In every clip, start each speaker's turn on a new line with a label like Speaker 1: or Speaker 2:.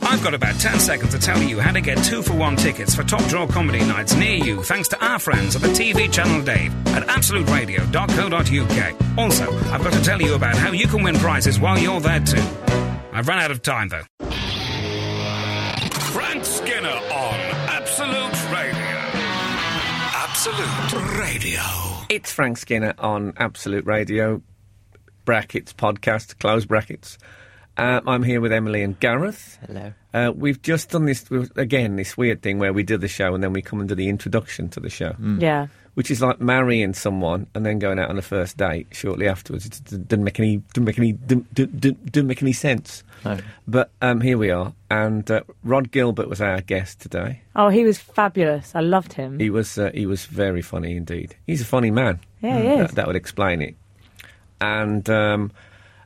Speaker 1: I've got about 10 seconds to tell you how to get two for one tickets for top draw comedy nights near you thanks to our friends at the TV channel Dave at absoluteradio.co.uk. Also, I've got to tell you about how you can win prizes while you're there too. I've run out of time though.
Speaker 2: Frank Skinner on Absolute Radio. Absolute Radio.
Speaker 3: It's Frank Skinner on Absolute Radio, brackets, podcast, close brackets. Uh, I'm here with Emily and Gareth.
Speaker 4: Hello.
Speaker 3: Uh, we've just done this, we- again, this weird thing where we do the show and then we come and do the introduction to the show,
Speaker 5: Yeah.
Speaker 3: which is like marrying someone and then going out on a first date shortly afterwards. It d- didn't make any, didn't make any, didn't, didn't- didn't didn't make any sense.
Speaker 4: No.
Speaker 3: But um, here we are, and uh, Rod Gilbert was our guest today.
Speaker 5: Oh, he was fabulous. I loved him.
Speaker 3: He was uh, he was very funny indeed. He's a funny man.
Speaker 5: Yeah, he is.
Speaker 3: That, that would explain it. And um,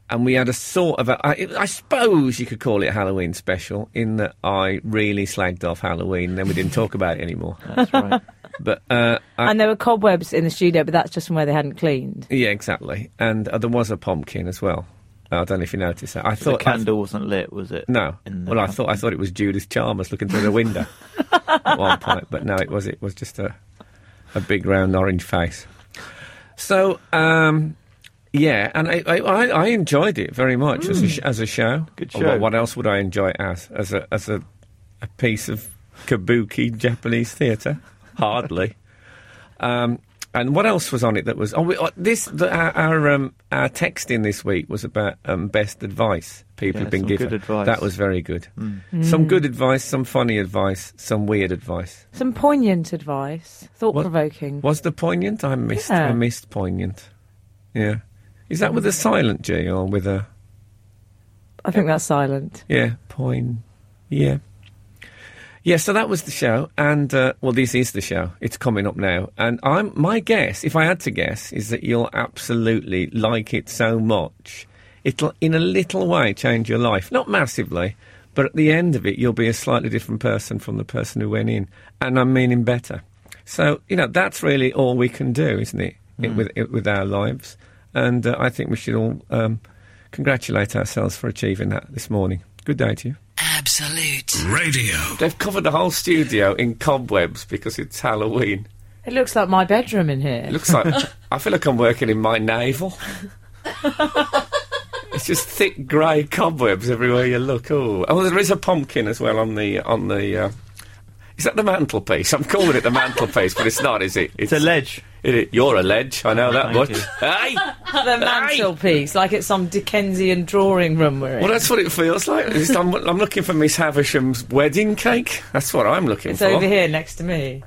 Speaker 3: and we had a sort of a, I, I suppose you could call it a Halloween special in that I really slagged off Halloween, and then we didn't talk about it anymore.
Speaker 4: That's right.
Speaker 3: But uh, I,
Speaker 5: and there were cobwebs in the studio, but that's just from where they hadn't cleaned.
Speaker 3: yeah, exactly. And uh, there was a pumpkin as well. I don't know if you noticed that. I
Speaker 4: the
Speaker 3: thought I-
Speaker 4: candle wasn't lit, was it? uh,
Speaker 3: No.
Speaker 4: In the
Speaker 3: Well, I
Speaker 4: pub-
Speaker 3: thought I thought it was Judith Chalmers looking through the window at one point, but no, it was it was just a a big round orange face. So um, yeah, and I, I I I enjoyed it very much as a sh- as a show.
Speaker 4: Mm. Good
Speaker 3: Or
Speaker 4: show.
Speaker 3: What, what else would I enjoy it as as a as a, a piece of kabuki Japanese theatre? Hardly. Um, and what else was on it that was? Oh, we, oh this the, our our, um, our texting this week was about um, best advice people
Speaker 4: Yeah,
Speaker 3: have been
Speaker 4: some
Speaker 3: given.
Speaker 4: good advice. Hmm.
Speaker 3: That was very good.
Speaker 5: Hmm.
Speaker 3: Some good advice, some funny advice, some weird advice.
Speaker 5: Some poignant advice, thought provoking.
Speaker 3: Was the poignant? I missed.
Speaker 5: Yeah.
Speaker 3: I missed poignant. Yeah. Is that with a silent G or with a
Speaker 5: I think that's silent.
Speaker 3: yeah point? Yeah. Yeah, so that was the show, and uh, well, this is the show. It's coming up now, and I'm my guess, if I had to guess, is that you'll absolutely like it so much, it'll in a little way change your life, not massively, but at the end of it, you'll be a slightly different person from the person who went in, and I'm meaning better. So you know, that's really all we can do, isn't it, it with it, with our lives? And uh, I think we should all um, congratulate ourselves for achieving that this morning. Good day to you.
Speaker 6: Absolute.
Speaker 2: Radio.
Speaker 3: They've covered the whole studio in cobwebs because it's Halloween.
Speaker 5: It looks like my bedroom in here.
Speaker 3: It looks like I feel like I'm working in my navel. it's just thick grey cobwebs everywhere you look. Oh, oh, there is a pumpkin as well on the on the. Uh, is that the mantelpiece? I'm calling it the mantelpiece, but it's not, is it?
Speaker 4: It's a ledge.
Speaker 3: It, i- you're a ledge. I know that much.
Speaker 4: Thank you.
Speaker 3: Hey,
Speaker 5: the mantelpiece, like it's some Dickensian drawing room we're in.
Speaker 3: well, that's what it feels like. It's- I'm, I'm looking for Miss Havisham's wedding cake. That's what I'm looking
Speaker 5: it's
Speaker 3: for.
Speaker 5: over here next to me.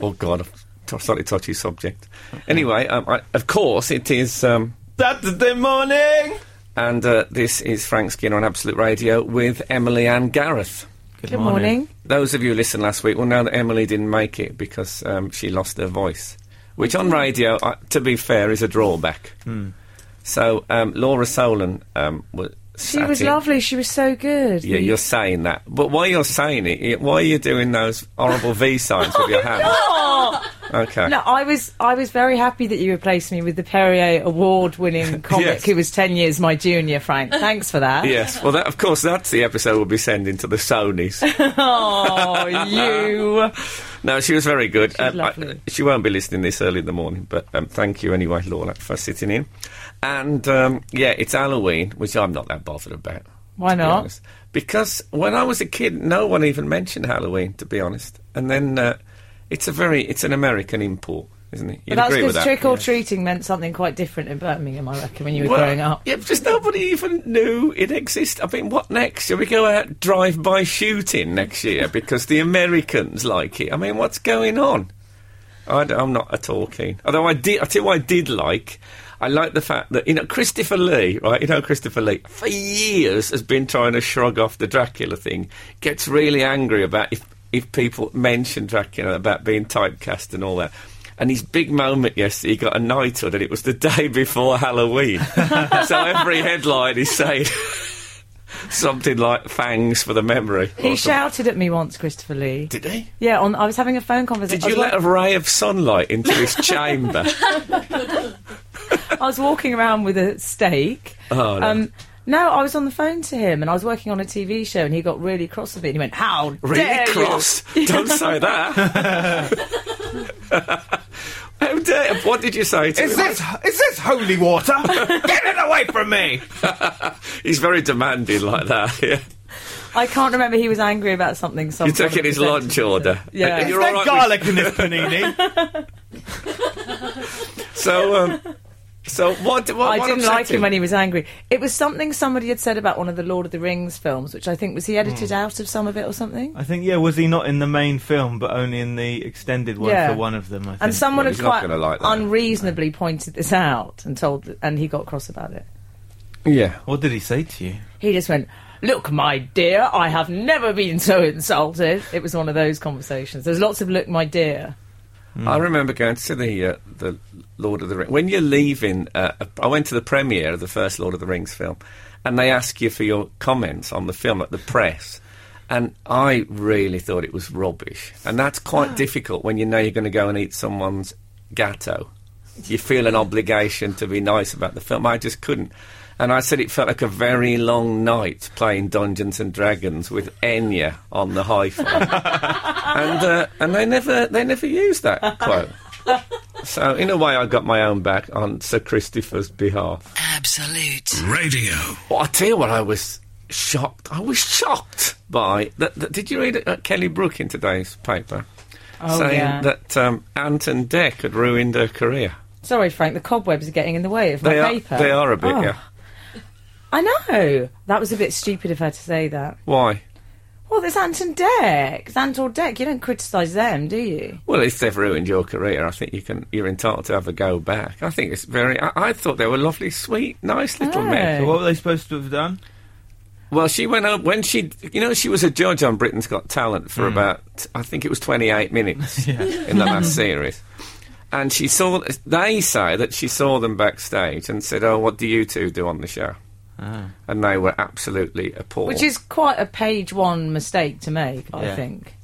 Speaker 3: Oh God, a t- slightly touchy subject. Anyway, um, I, of course it is. Um,
Speaker 4: Saturday morning.
Speaker 3: and uh, this is Frank Skinner on Absolute Radio with Emily and Gareth.
Speaker 5: Good, morning.
Speaker 3: Those of you who listened last week will know that Emily didn't make it because um, she lost her voice, which on radio, uh, to be fair, is a drawback. So um, Laura Solon um, was.
Speaker 5: She was lovely. She was so good.
Speaker 3: Yeah, you're saying that. But while you're saying it, it- why are you doing those horrible V signs with your hand? Okay.
Speaker 5: No, I was I was very happy that you replaced me with the Perrier award-winning comic
Speaker 3: Yes.
Speaker 5: who was ten years my junior. Frank, thanks for that.
Speaker 3: Yes, well, that, of course, that's the episode we'll be sending to the Sonys.
Speaker 5: Oh, you.
Speaker 3: no, she was very good. Um, I-
Speaker 5: lovely.
Speaker 3: she won't be listening this early in the morning, but um, thank you anyway, Laura, for sitting in. And um, yeah, it's Halloween, which I'm not that bothered about.
Speaker 5: Why
Speaker 3: to be
Speaker 5: not?
Speaker 3: honest. Because when I was a kid, no one even mentioned Halloween, to be honest. And then uh, it's a very, it's an American import, isn't it? You'd
Speaker 5: But that's
Speaker 3: agree with
Speaker 5: because
Speaker 3: that?
Speaker 5: trick or treating meant something quite different in Birmingham, I reckon, when you were
Speaker 3: Well,
Speaker 5: growing up.
Speaker 3: Yeah, because nobody even knew it existed. I mean, what next? Shall we go out drive by shooting next year because the Americans like it? I mean, what's going on? I am not at all keen. Although I did, I tell you what I did like. I like the fact that you know Christopher Lee, right? You know Christopher Lee for years has been trying to shrug off the Dracula thing. Gets really angry about if if people mention Dracula about being typecast and all that. And his big moment yesterday, he got a knighthood, and it was the day before Halloween. so every headline is saying something like "fangs for the memory." or
Speaker 5: He
Speaker 3: something.
Speaker 5: shouted at me once, Christopher Lee.
Speaker 3: Did he?
Speaker 5: Yeah, on, I was having a phone conversation.
Speaker 3: Did you
Speaker 5: I, was
Speaker 3: let a ray of sunlight into his chamber? Oh,
Speaker 5: wa- I was walking around with a steak.
Speaker 3: Oh, no.
Speaker 5: um, No, I was on the phone to him and I was working on a TV show and he got really cross with it. And he went, How
Speaker 3: Really
Speaker 5: dare
Speaker 3: cross. Don't say that. How dare? What did you say to
Speaker 6: Is
Speaker 3: him?
Speaker 6: this is this holy water? Get it away from me!
Speaker 3: He's very demanding like that. Yeah.
Speaker 5: you? I can't remember he was angry about something. some
Speaker 3: You're
Speaker 5: sort
Speaker 3: taking
Speaker 5: of
Speaker 3: his
Speaker 5: percentage
Speaker 3: lunch
Speaker 5: or
Speaker 3: order.
Speaker 5: something. Yeah.
Speaker 3: And
Speaker 6: There's
Speaker 3: you're
Speaker 6: no
Speaker 3: all right with-
Speaker 6: garlic in this panini.
Speaker 3: So, um, so what? what
Speaker 5: I
Speaker 3: what
Speaker 5: didn't
Speaker 3: upset
Speaker 5: like him when he was angry. It was something somebody had said about one of the Lord of the Rings films, which I think was he edited
Speaker 3: Hmm.
Speaker 5: out of some of it or something.
Speaker 4: I think yeah, was he not in the main film, but only in the extended one
Speaker 5: Yeah.
Speaker 4: for one of them? I think.
Speaker 5: And someone
Speaker 3: Well,
Speaker 5: had
Speaker 3: he's not
Speaker 5: quite
Speaker 3: gonna like that.
Speaker 5: unreasonably pointed this out and told, and he got cross about it.
Speaker 3: Yeah.
Speaker 4: What did he say to you?
Speaker 5: He just went, "Look, my dear, I have never been so insulted." It was one of those conversations. There's lots of "Look, my dear."
Speaker 3: I remember going to the uh, the Lord of the Rings. When you're leaving, uh, I went to the premiere of the first Lord of the Rings film, and they ask you for your comments on the film at the press. And I really thought it was rubbish, and that's quite difficult when you know you're going to go and eat someone's gatto. You feel an obligation to be nice about the film. I just couldn't. And I said it felt like a very long night playing Dungeons and Dragons with Enya on the hi-fi and uh, and they never they never used that quote. So in a way, I got my own back on Sir Christopher's behalf.
Speaker 7: Absolute.
Speaker 2: Radio.
Speaker 3: Well, I tell you what, I was shocked. I was shocked by that. that did you read uh, Kelly Brook in today's paper
Speaker 5: Oh
Speaker 3: saying
Speaker 5: yeah.
Speaker 3: that um, Anton Deck had ruined her career?
Speaker 5: Sorry, Frank. The cobwebs are getting in the way of my
Speaker 3: They are
Speaker 5: paper.
Speaker 3: they are a bit.
Speaker 5: Oh,
Speaker 3: Yeah.
Speaker 5: I know. That was a bit stupid of her to say that.
Speaker 3: Why?
Speaker 5: Well, there's Anton Deck. It's Anton Deck. You don't criticise them, do you?
Speaker 3: Well, if they've ruined your career, I think you can. You're entitled to have a go back. I think it's very. I, I thought they were lovely, sweet, nice little
Speaker 5: Oh.
Speaker 3: men.
Speaker 4: So what were they supposed to have done?
Speaker 3: Well, she went up when she, you know, she was a judge on Britain's Got Talent for about, I think it was 28 minutes in the last series. And she saw, they say that she saw them backstage and said, Oh, what do you two do on the show? And they were absolutely appalled.
Speaker 5: Which is quite a page one mistake to make, I
Speaker 4: Yeah.
Speaker 5: think.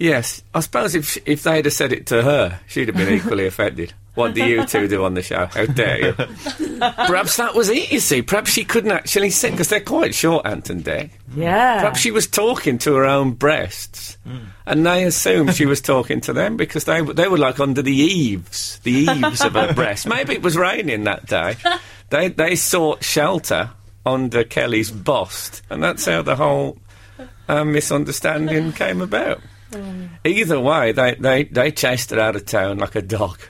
Speaker 3: yes, I suppose if, sh- if they'd have said it to her, she'd have been equally offended. What do you two do on the show? How dare you? Perhaps that was it, you see. Perhaps she couldn't actually sit, because they're quite short, Anton Deck.
Speaker 5: Yeah.
Speaker 3: Hmm. Perhaps she was talking to her own breasts, and they assumed she was talking to them because they w- they were like under the eaves, the eaves of her breasts. Maybe it was raining that day. They they sought shelter under Kelly's bust, and that's how the whole uh, misunderstanding came about. Either way, they, they, they chased her out of town like a dog,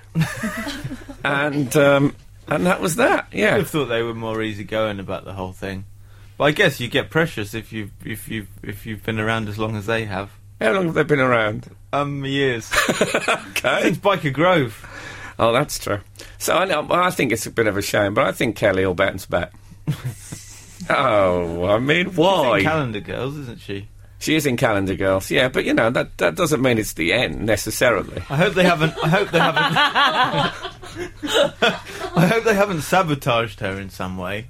Speaker 3: and um, and that was that.
Speaker 4: I
Speaker 3: Yeah,
Speaker 4: thought they were more easygoing about the whole thing. But I guess you get precious if you've if you've if you've been around as long as they have.
Speaker 3: how long have they been around?
Speaker 4: Um, years
Speaker 3: Okay.
Speaker 4: since Biker Grove.
Speaker 3: Oh, that's true. So I, know, well, I think it's a bit of a shame, but I think Kelly will bounce back. oh, I mean,
Speaker 4: She's in
Speaker 3: why?
Speaker 4: Calendar Girls, isn't she?
Speaker 3: She is in Calendar Girls, yeah, but you know that that doesn't mean it's the end necessarily.
Speaker 4: I hope they haven't. I hope they haven't. I hope they haven't sabotaged her in some way.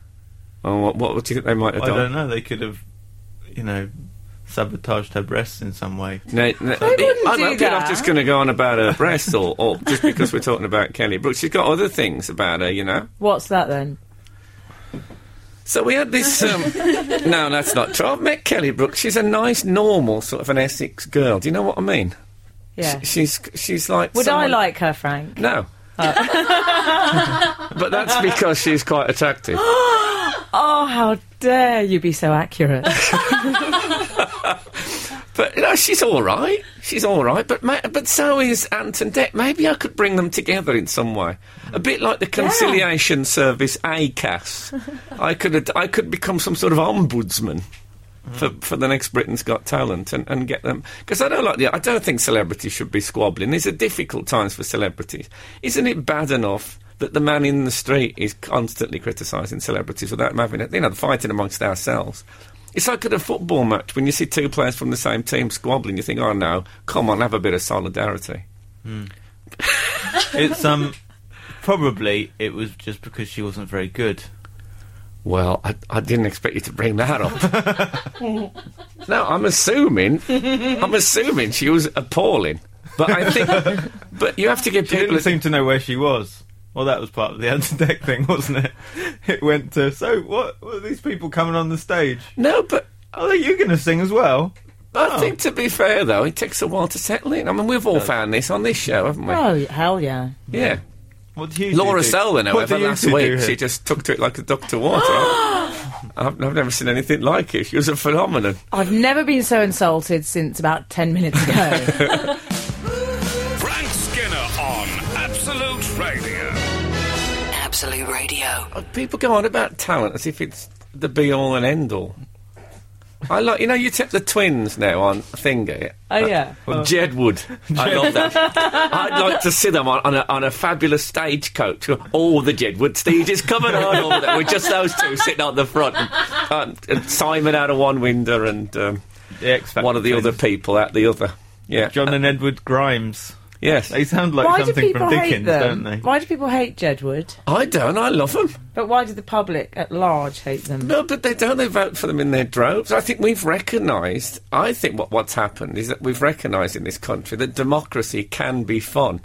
Speaker 3: Oh, what, what do you think they might have
Speaker 4: I don't
Speaker 3: done?
Speaker 4: know. They could have, you know, sabotaged her breasts in some way.
Speaker 3: No, no, I
Speaker 5: wouldn't
Speaker 3: I'm
Speaker 5: do
Speaker 3: not- I'm
Speaker 5: that.
Speaker 3: just going to go on about her breasts, or, or just because we're talking about Kelly Brooks, she's got other things about her, you know.
Speaker 5: What's that then?
Speaker 3: So we had this. Um, no, that's not true. I've met Kelly Brooks. She's a nice, normal sort of an Essex girl. Do you know what I mean?
Speaker 5: Yeah.
Speaker 3: She- She's she's like.
Speaker 5: Would I
Speaker 3: someone-
Speaker 5: like her, Frank?
Speaker 3: No. but that's because she's quite attractive.
Speaker 5: Oh, how dare you be so accurate.
Speaker 3: But you know, she's all right. She's all right. But ma- but so is Anton Deck. Maybe I could bring them together in some way. A bit like the conciliation service ACAS. I could ad- I could become some sort of ombudsman. For, for the next Britain's Got Talent and, and get them because I don't like the I don't think celebrities should be squabbling. These are difficult times for celebrities. Isn't it bad enough that the man in the street is constantly criticising celebrities without them having it? You know, fighting amongst ourselves. It's like at a football match when you see two players from the same team squabbling. You think, oh no, come on, have a bit of solidarity.
Speaker 4: It's um, probably it was just because she wasn't very good.
Speaker 3: Well, I, I didn't expect you to bring that up. no, I'm assuming, I'm assuming she was appalling. But I think, but you have to give
Speaker 4: She
Speaker 3: people.
Speaker 4: didn't
Speaker 3: a-
Speaker 4: seem to know where she was. Well, that was part of the Anti-Deck thing, wasn't it? It went to, so what, what are these people coming on the stage?
Speaker 3: No, but
Speaker 4: Oh, you're going to sing as well? Oh.
Speaker 3: I think to be fair though, it takes a while to settle in. I mean, we've all found this on this show, haven't we?
Speaker 5: Oh, hell yeah.
Speaker 3: Yeah.
Speaker 4: What do you do,
Speaker 3: Laura
Speaker 4: Dick?
Speaker 3: Selwyn,
Speaker 4: What do
Speaker 3: however,
Speaker 4: you
Speaker 3: last
Speaker 4: two do
Speaker 3: week
Speaker 4: here?
Speaker 3: she just took to it like a duck to water. I've, I've never seen anything like it. She was a phenomenon.
Speaker 5: I've never been so insulted since about 10 minutes ago.
Speaker 2: Frank Skinner on Absolute Radio.
Speaker 7: Absolute Radio.
Speaker 3: Uh, People go on about talent as if it's the be all and end all. I like, you know, you took the twins now on Finger.
Speaker 5: oh, yeah.
Speaker 3: Jedwood. I love that. I'd like to see them on, on, a, on a fabulous stagecoach. All the Jedwood stages coming on over there. We're just those two sitting on the front. And, um, and Simon out of one window and um,
Speaker 4: The X Factor
Speaker 3: one of the
Speaker 4: twins.
Speaker 3: other people out the other. Yeah.
Speaker 4: John and Edward Grimes.
Speaker 3: Yes.
Speaker 4: They sound like
Speaker 5: Why do
Speaker 4: something
Speaker 5: people
Speaker 4: from
Speaker 5: hate
Speaker 4: Dickens,
Speaker 5: them?
Speaker 4: don't they?
Speaker 5: Why do people hate Jedward?
Speaker 3: I don't. I love them.
Speaker 5: But why do the public at large hate them?
Speaker 3: No, but they don't. They vote for them in their droves. I think we've recognised. I think what, what's happened is that we've recognised in this country that democracy can be fun.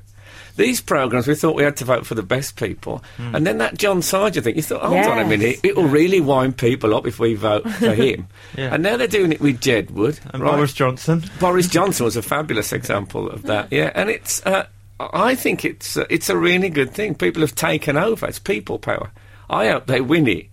Speaker 3: These programmes, we thought we had to vote for the best people,
Speaker 4: Hmm.
Speaker 3: and then that John Sarger thing. You thought, hold on a
Speaker 5: Yes.
Speaker 3: minute, it will really wind people up if we vote for him.
Speaker 4: Yeah.
Speaker 3: And now they're doing it with Jedwood.
Speaker 4: And
Speaker 3: right?
Speaker 4: Boris Johnson.
Speaker 3: Boris Johnson was a fabulous example of that. Yeah, and it's. Uh, I think it's uh, it's a really good thing. People have taken over. It's people power. I hope they win it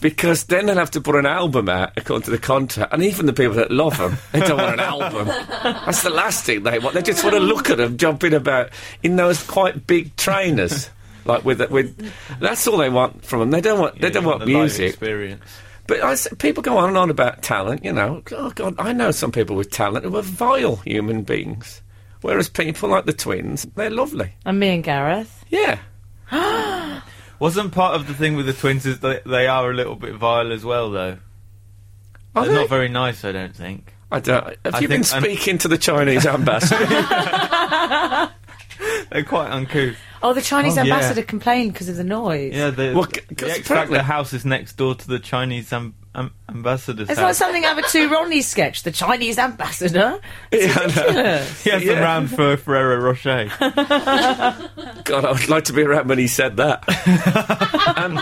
Speaker 3: because then they'll have to put an album out according to the contract. And even the people that love them, they don't want an album. That's the last thing they want. They just want to look at them jumping about in those quite big trainers. Like with with, that's all they want from them. They don't want they don't want
Speaker 4: the live
Speaker 3: music.
Speaker 4: Experience.
Speaker 3: But I s people go on and on about talent, you know. Oh, God, I know some people with talent who are vile human beings. Whereas people like the twins, they're lovely.
Speaker 5: And me and Gareth.
Speaker 3: Yeah.
Speaker 4: Wasn't part of the thing with the twins is they, they are a little bit vile as well, though.
Speaker 3: Are
Speaker 4: They're
Speaker 3: they?
Speaker 4: not very nice, I don't think.
Speaker 3: I don't, have
Speaker 4: I
Speaker 3: you been
Speaker 4: think um, I'm-
Speaker 3: speaking to the Chinese ambassador?
Speaker 4: They're quite uncouth.
Speaker 5: Oh, the Chinese
Speaker 4: Oh, yeah.
Speaker 5: ambassador complained because of the noise.
Speaker 4: Yeah, the,
Speaker 3: Well, c- 'cause
Speaker 4: the X
Speaker 3: apparently-
Speaker 4: Factor house is next door to the Chinese am- am- ambassador's
Speaker 5: It's like
Speaker 4: house.
Speaker 5: something out of a two Rodney sketch, the Chinese ambassador. It's
Speaker 3: Yeah, I know.
Speaker 5: ridiculous.
Speaker 4: he has them
Speaker 3: Yeah.
Speaker 4: round for Ferrero Rocher.
Speaker 3: God, I would like to be around when he said that. um,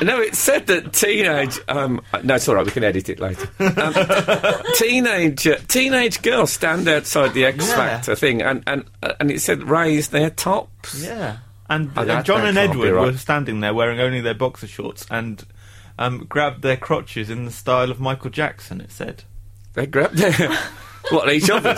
Speaker 3: no, it said that teenage. Um, no, it's all right. We can edit it later. Um, teenage uh, teenage girls stand outside the X
Speaker 4: Yeah.
Speaker 3: Factor thing, and and uh, and it said raise their tops.
Speaker 4: Yeah. And,
Speaker 3: Oh,
Speaker 4: and
Speaker 3: that-
Speaker 4: John
Speaker 3: that
Speaker 4: and
Speaker 3: can't be
Speaker 4: Edward
Speaker 3: right.
Speaker 4: were standing there wearing only their boxer shorts and um, grabbed their crotches in the style of Michael Jackson, it said.
Speaker 3: They grabbed their. what, each other's?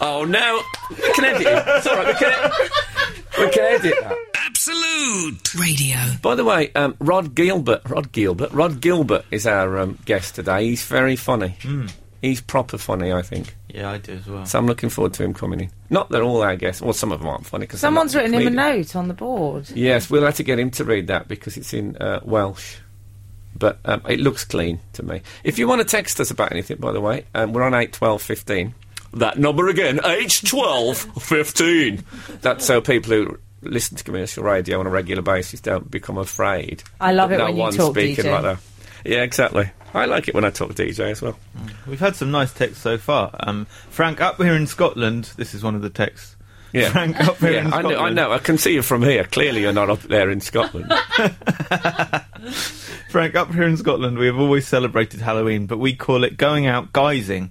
Speaker 3: oh, no. We can edit it. It's all right. We can, e- we can edit that.
Speaker 2: Absolute.
Speaker 7: Radio.
Speaker 3: By the way, um, Rod Gilbert. Rod Gilbert. Rod Gilbert is our um, guest today. He's very funny.
Speaker 5: Hmm.
Speaker 3: He's proper funny, I think.
Speaker 4: Yeah, I do as well.
Speaker 3: So I'm looking forward to him coming in. Not that all our guests, well, some of them aren't funny. Cause they're not
Speaker 5: Someone's written him a
Speaker 3: comedians.
Speaker 5: note on the board.
Speaker 3: Yes, we'll have to get him to read that because it's in uh, Welsh. But um, it looks clean to me. If you want to text us about anything, by the way, um, we're on eight twelve fifteen. That number again, eight twelve fifteen. That's so people who listen to commercial radio on a regular basis don't become afraid.
Speaker 5: I love
Speaker 3: that
Speaker 5: it
Speaker 3: no
Speaker 5: when you
Speaker 3: one's
Speaker 5: talk,
Speaker 3: speaking
Speaker 5: DJ.
Speaker 3: like that. Yeah, exactly. I like it when I talk DJ as well.
Speaker 4: We've had some nice texts so far. Um, Frank, up here in Scotland, this is one of the texts.
Speaker 3: Yeah.
Speaker 4: Frank, up here
Speaker 3: Yeah,
Speaker 4: in
Speaker 3: I
Speaker 4: Scotland.
Speaker 3: know, I know. I can see you from here. Clearly, you're not up there in Scotland.
Speaker 4: Frank, up here in Scotland, we have always celebrated Halloween, but we call it going out guising.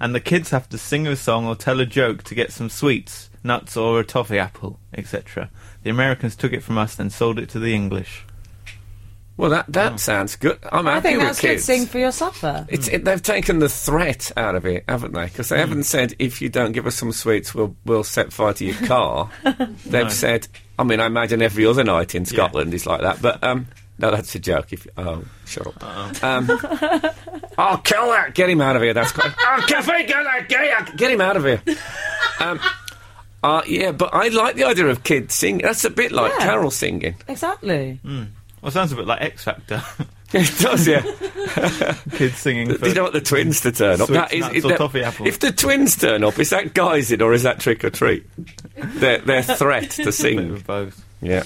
Speaker 4: And the kids have to sing a song or tell a joke to get some sweets, nuts, or a toffee apple, etc. The Americans took it from us and sold it to the English.
Speaker 3: well, that that sounds good. I'm
Speaker 5: I
Speaker 3: happy
Speaker 5: think
Speaker 3: with
Speaker 5: that's good
Speaker 3: kids.
Speaker 5: sing for your supper.
Speaker 3: It's, it, they've taken the threat out of it, haven't they? Because they haven't said, if you don't give us some sweets, we'll, we'll set fire to your car. They've said, I mean, I imagine every other night in Scotland is like that, but um, no, that's a joke. If you, Oh, shut up. Um, oh, kill that! Get him out of here. That's quite. oh, Cafe, get that! Get, him- get him out of here. Um, uh, yeah, but I like the idea of kids singing. That's a bit like
Speaker 5: Yeah.
Speaker 3: carol singing.
Speaker 5: Exactly.
Speaker 4: Well, it sounds a bit like X Factor.
Speaker 3: It does, yeah.
Speaker 4: kids singing. For,
Speaker 3: They don't want the twins to turn up.
Speaker 4: Sweet
Speaker 3: That is,
Speaker 4: nuts
Speaker 3: if
Speaker 4: or
Speaker 3: that-
Speaker 4: toffee apples.
Speaker 3: If the twins turn up, is that guising or is that trick or treat? their, their threat to
Speaker 4: a bit
Speaker 3: sing.
Speaker 4: of both.
Speaker 3: yeah.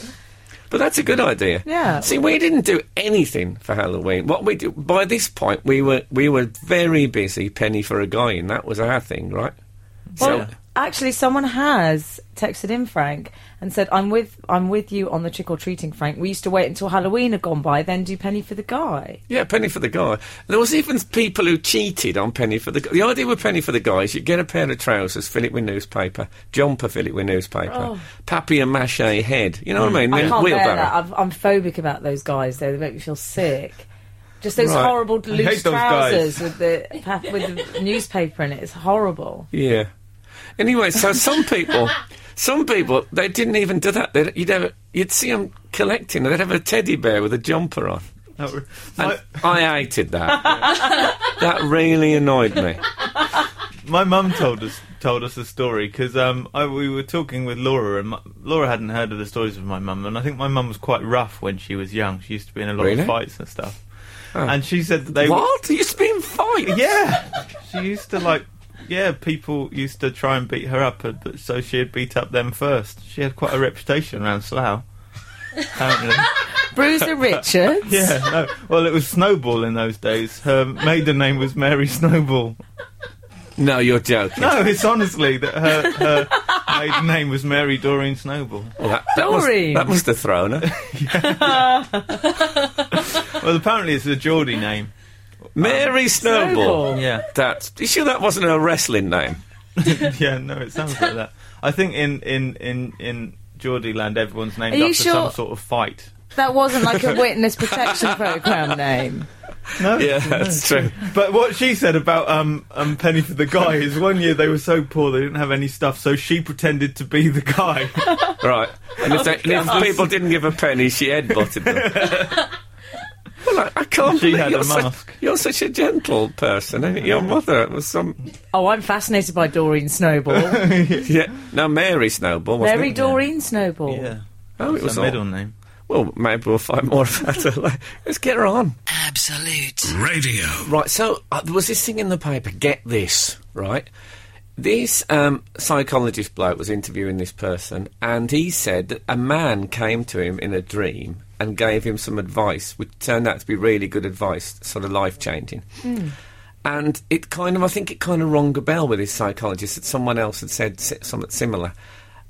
Speaker 3: But that's a good idea.
Speaker 5: Yeah.
Speaker 3: See, we didn't do anything for Halloween. What we do by this point, we were we were very busy penny for a guy, and that was our thing, right?
Speaker 5: Well,
Speaker 3: so
Speaker 5: actually, someone has texted in Frank and said, "I'm with, I'm with you on the trick or treating, Frank. We used to wait until Halloween had gone by, then do penny for the guy."
Speaker 3: Yeah, penny for the guy. There was even people who cheated on penny for the guy. The idea with penny for the guy is you get a pair of trousers, fill it with newspaper, jumper, fill it with newspaper, papier-mâché head. You know what I mean?
Speaker 5: Oh. Hmm. I
Speaker 3: Wheel-
Speaker 5: can't bear
Speaker 3: wheelbarrow.
Speaker 5: that. I've, I'm phobic about those guys. Though they make me feel sick. Just those
Speaker 3: Right.
Speaker 5: horrible loose
Speaker 4: hate those guys.
Speaker 5: trousers with the pa- with the newspaper in it. It's horrible.
Speaker 3: Yeah. Anyway, so some people, some people, they didn't even do that. They'd, you'd have, a- you'd see them collecting. They'd have a teddy bear with a jumper on.
Speaker 4: Not re-
Speaker 3: And
Speaker 4: my,
Speaker 3: I hated that. that really annoyed me.
Speaker 4: my mum told us told us a story because um, I- we were talking with Laura and my, Laura hadn't heard of the stories of my mum and I think my mum was quite rough when she was young. She used to be in a lot
Speaker 3: Really? Oh.
Speaker 4: of fights and stuff. And she said that they
Speaker 3: What? You used to be in fights?
Speaker 4: Yeah, she used to like. Yeah, people used to try and beat her up, uh, but so she'd beat up them first. She had quite a reputation around Slough. Apparently,
Speaker 5: Bruiser Richards.
Speaker 4: yeah. No, well, it was Snowball in those days. Her maiden name was Mary Snowball.
Speaker 3: No, you're joking.
Speaker 4: No, it's honestly that her her maiden name was Mary Doreen Snowball.
Speaker 3: That, that must-
Speaker 5: Doreen.
Speaker 3: that must have thrown her.
Speaker 4: Well, apparently it's a Geordie name.
Speaker 3: Mary Um, Snowball.
Speaker 5: Snowball.
Speaker 4: Yeah,
Speaker 3: That's. You sure that wasn't her wrestling name?
Speaker 4: yeah. No, it sounds like that. I think in in in in Geordie land, everyone's named
Speaker 5: Are you
Speaker 4: after
Speaker 5: sure-
Speaker 4: some sort of fight.
Speaker 5: That wasn't like a witness protection program name.
Speaker 4: No,
Speaker 3: Yeah, that's true.
Speaker 4: But what she said about um, um Penny for the guy is one year they were so poor they didn't have any stuff, so she pretended to be the guy.
Speaker 3: Right. And if, they, and if people didn't give a penny, she headbutted them. well, I, I can't
Speaker 4: She
Speaker 3: believe
Speaker 4: had a
Speaker 3: you're,
Speaker 4: mask.
Speaker 3: Such, you're such a gentle person. And your mother was some.
Speaker 5: Oh, I'm fascinated by Doreen Snowball.
Speaker 3: Yeah. No, Mary Snowball. Wasn't
Speaker 5: Mary
Speaker 3: it?
Speaker 5: Doreen Snowball.
Speaker 3: Oh, it was
Speaker 4: a
Speaker 3: all-
Speaker 4: middle name.
Speaker 3: Well, maybe we'll find more about her. later. Let's get her on.
Speaker 7: Absolute.
Speaker 2: Mm. Radio.
Speaker 3: Right, so uh, there was this thing in the paper, get this, right? This um, psychologist bloke was interviewing this person, and he said that a man came to him in a dream and gave him some advice, which turned out to be really good advice, sort of life changing. And it kind of, I think it kind of rung a bell with his psychologist that someone else had said si- something similar.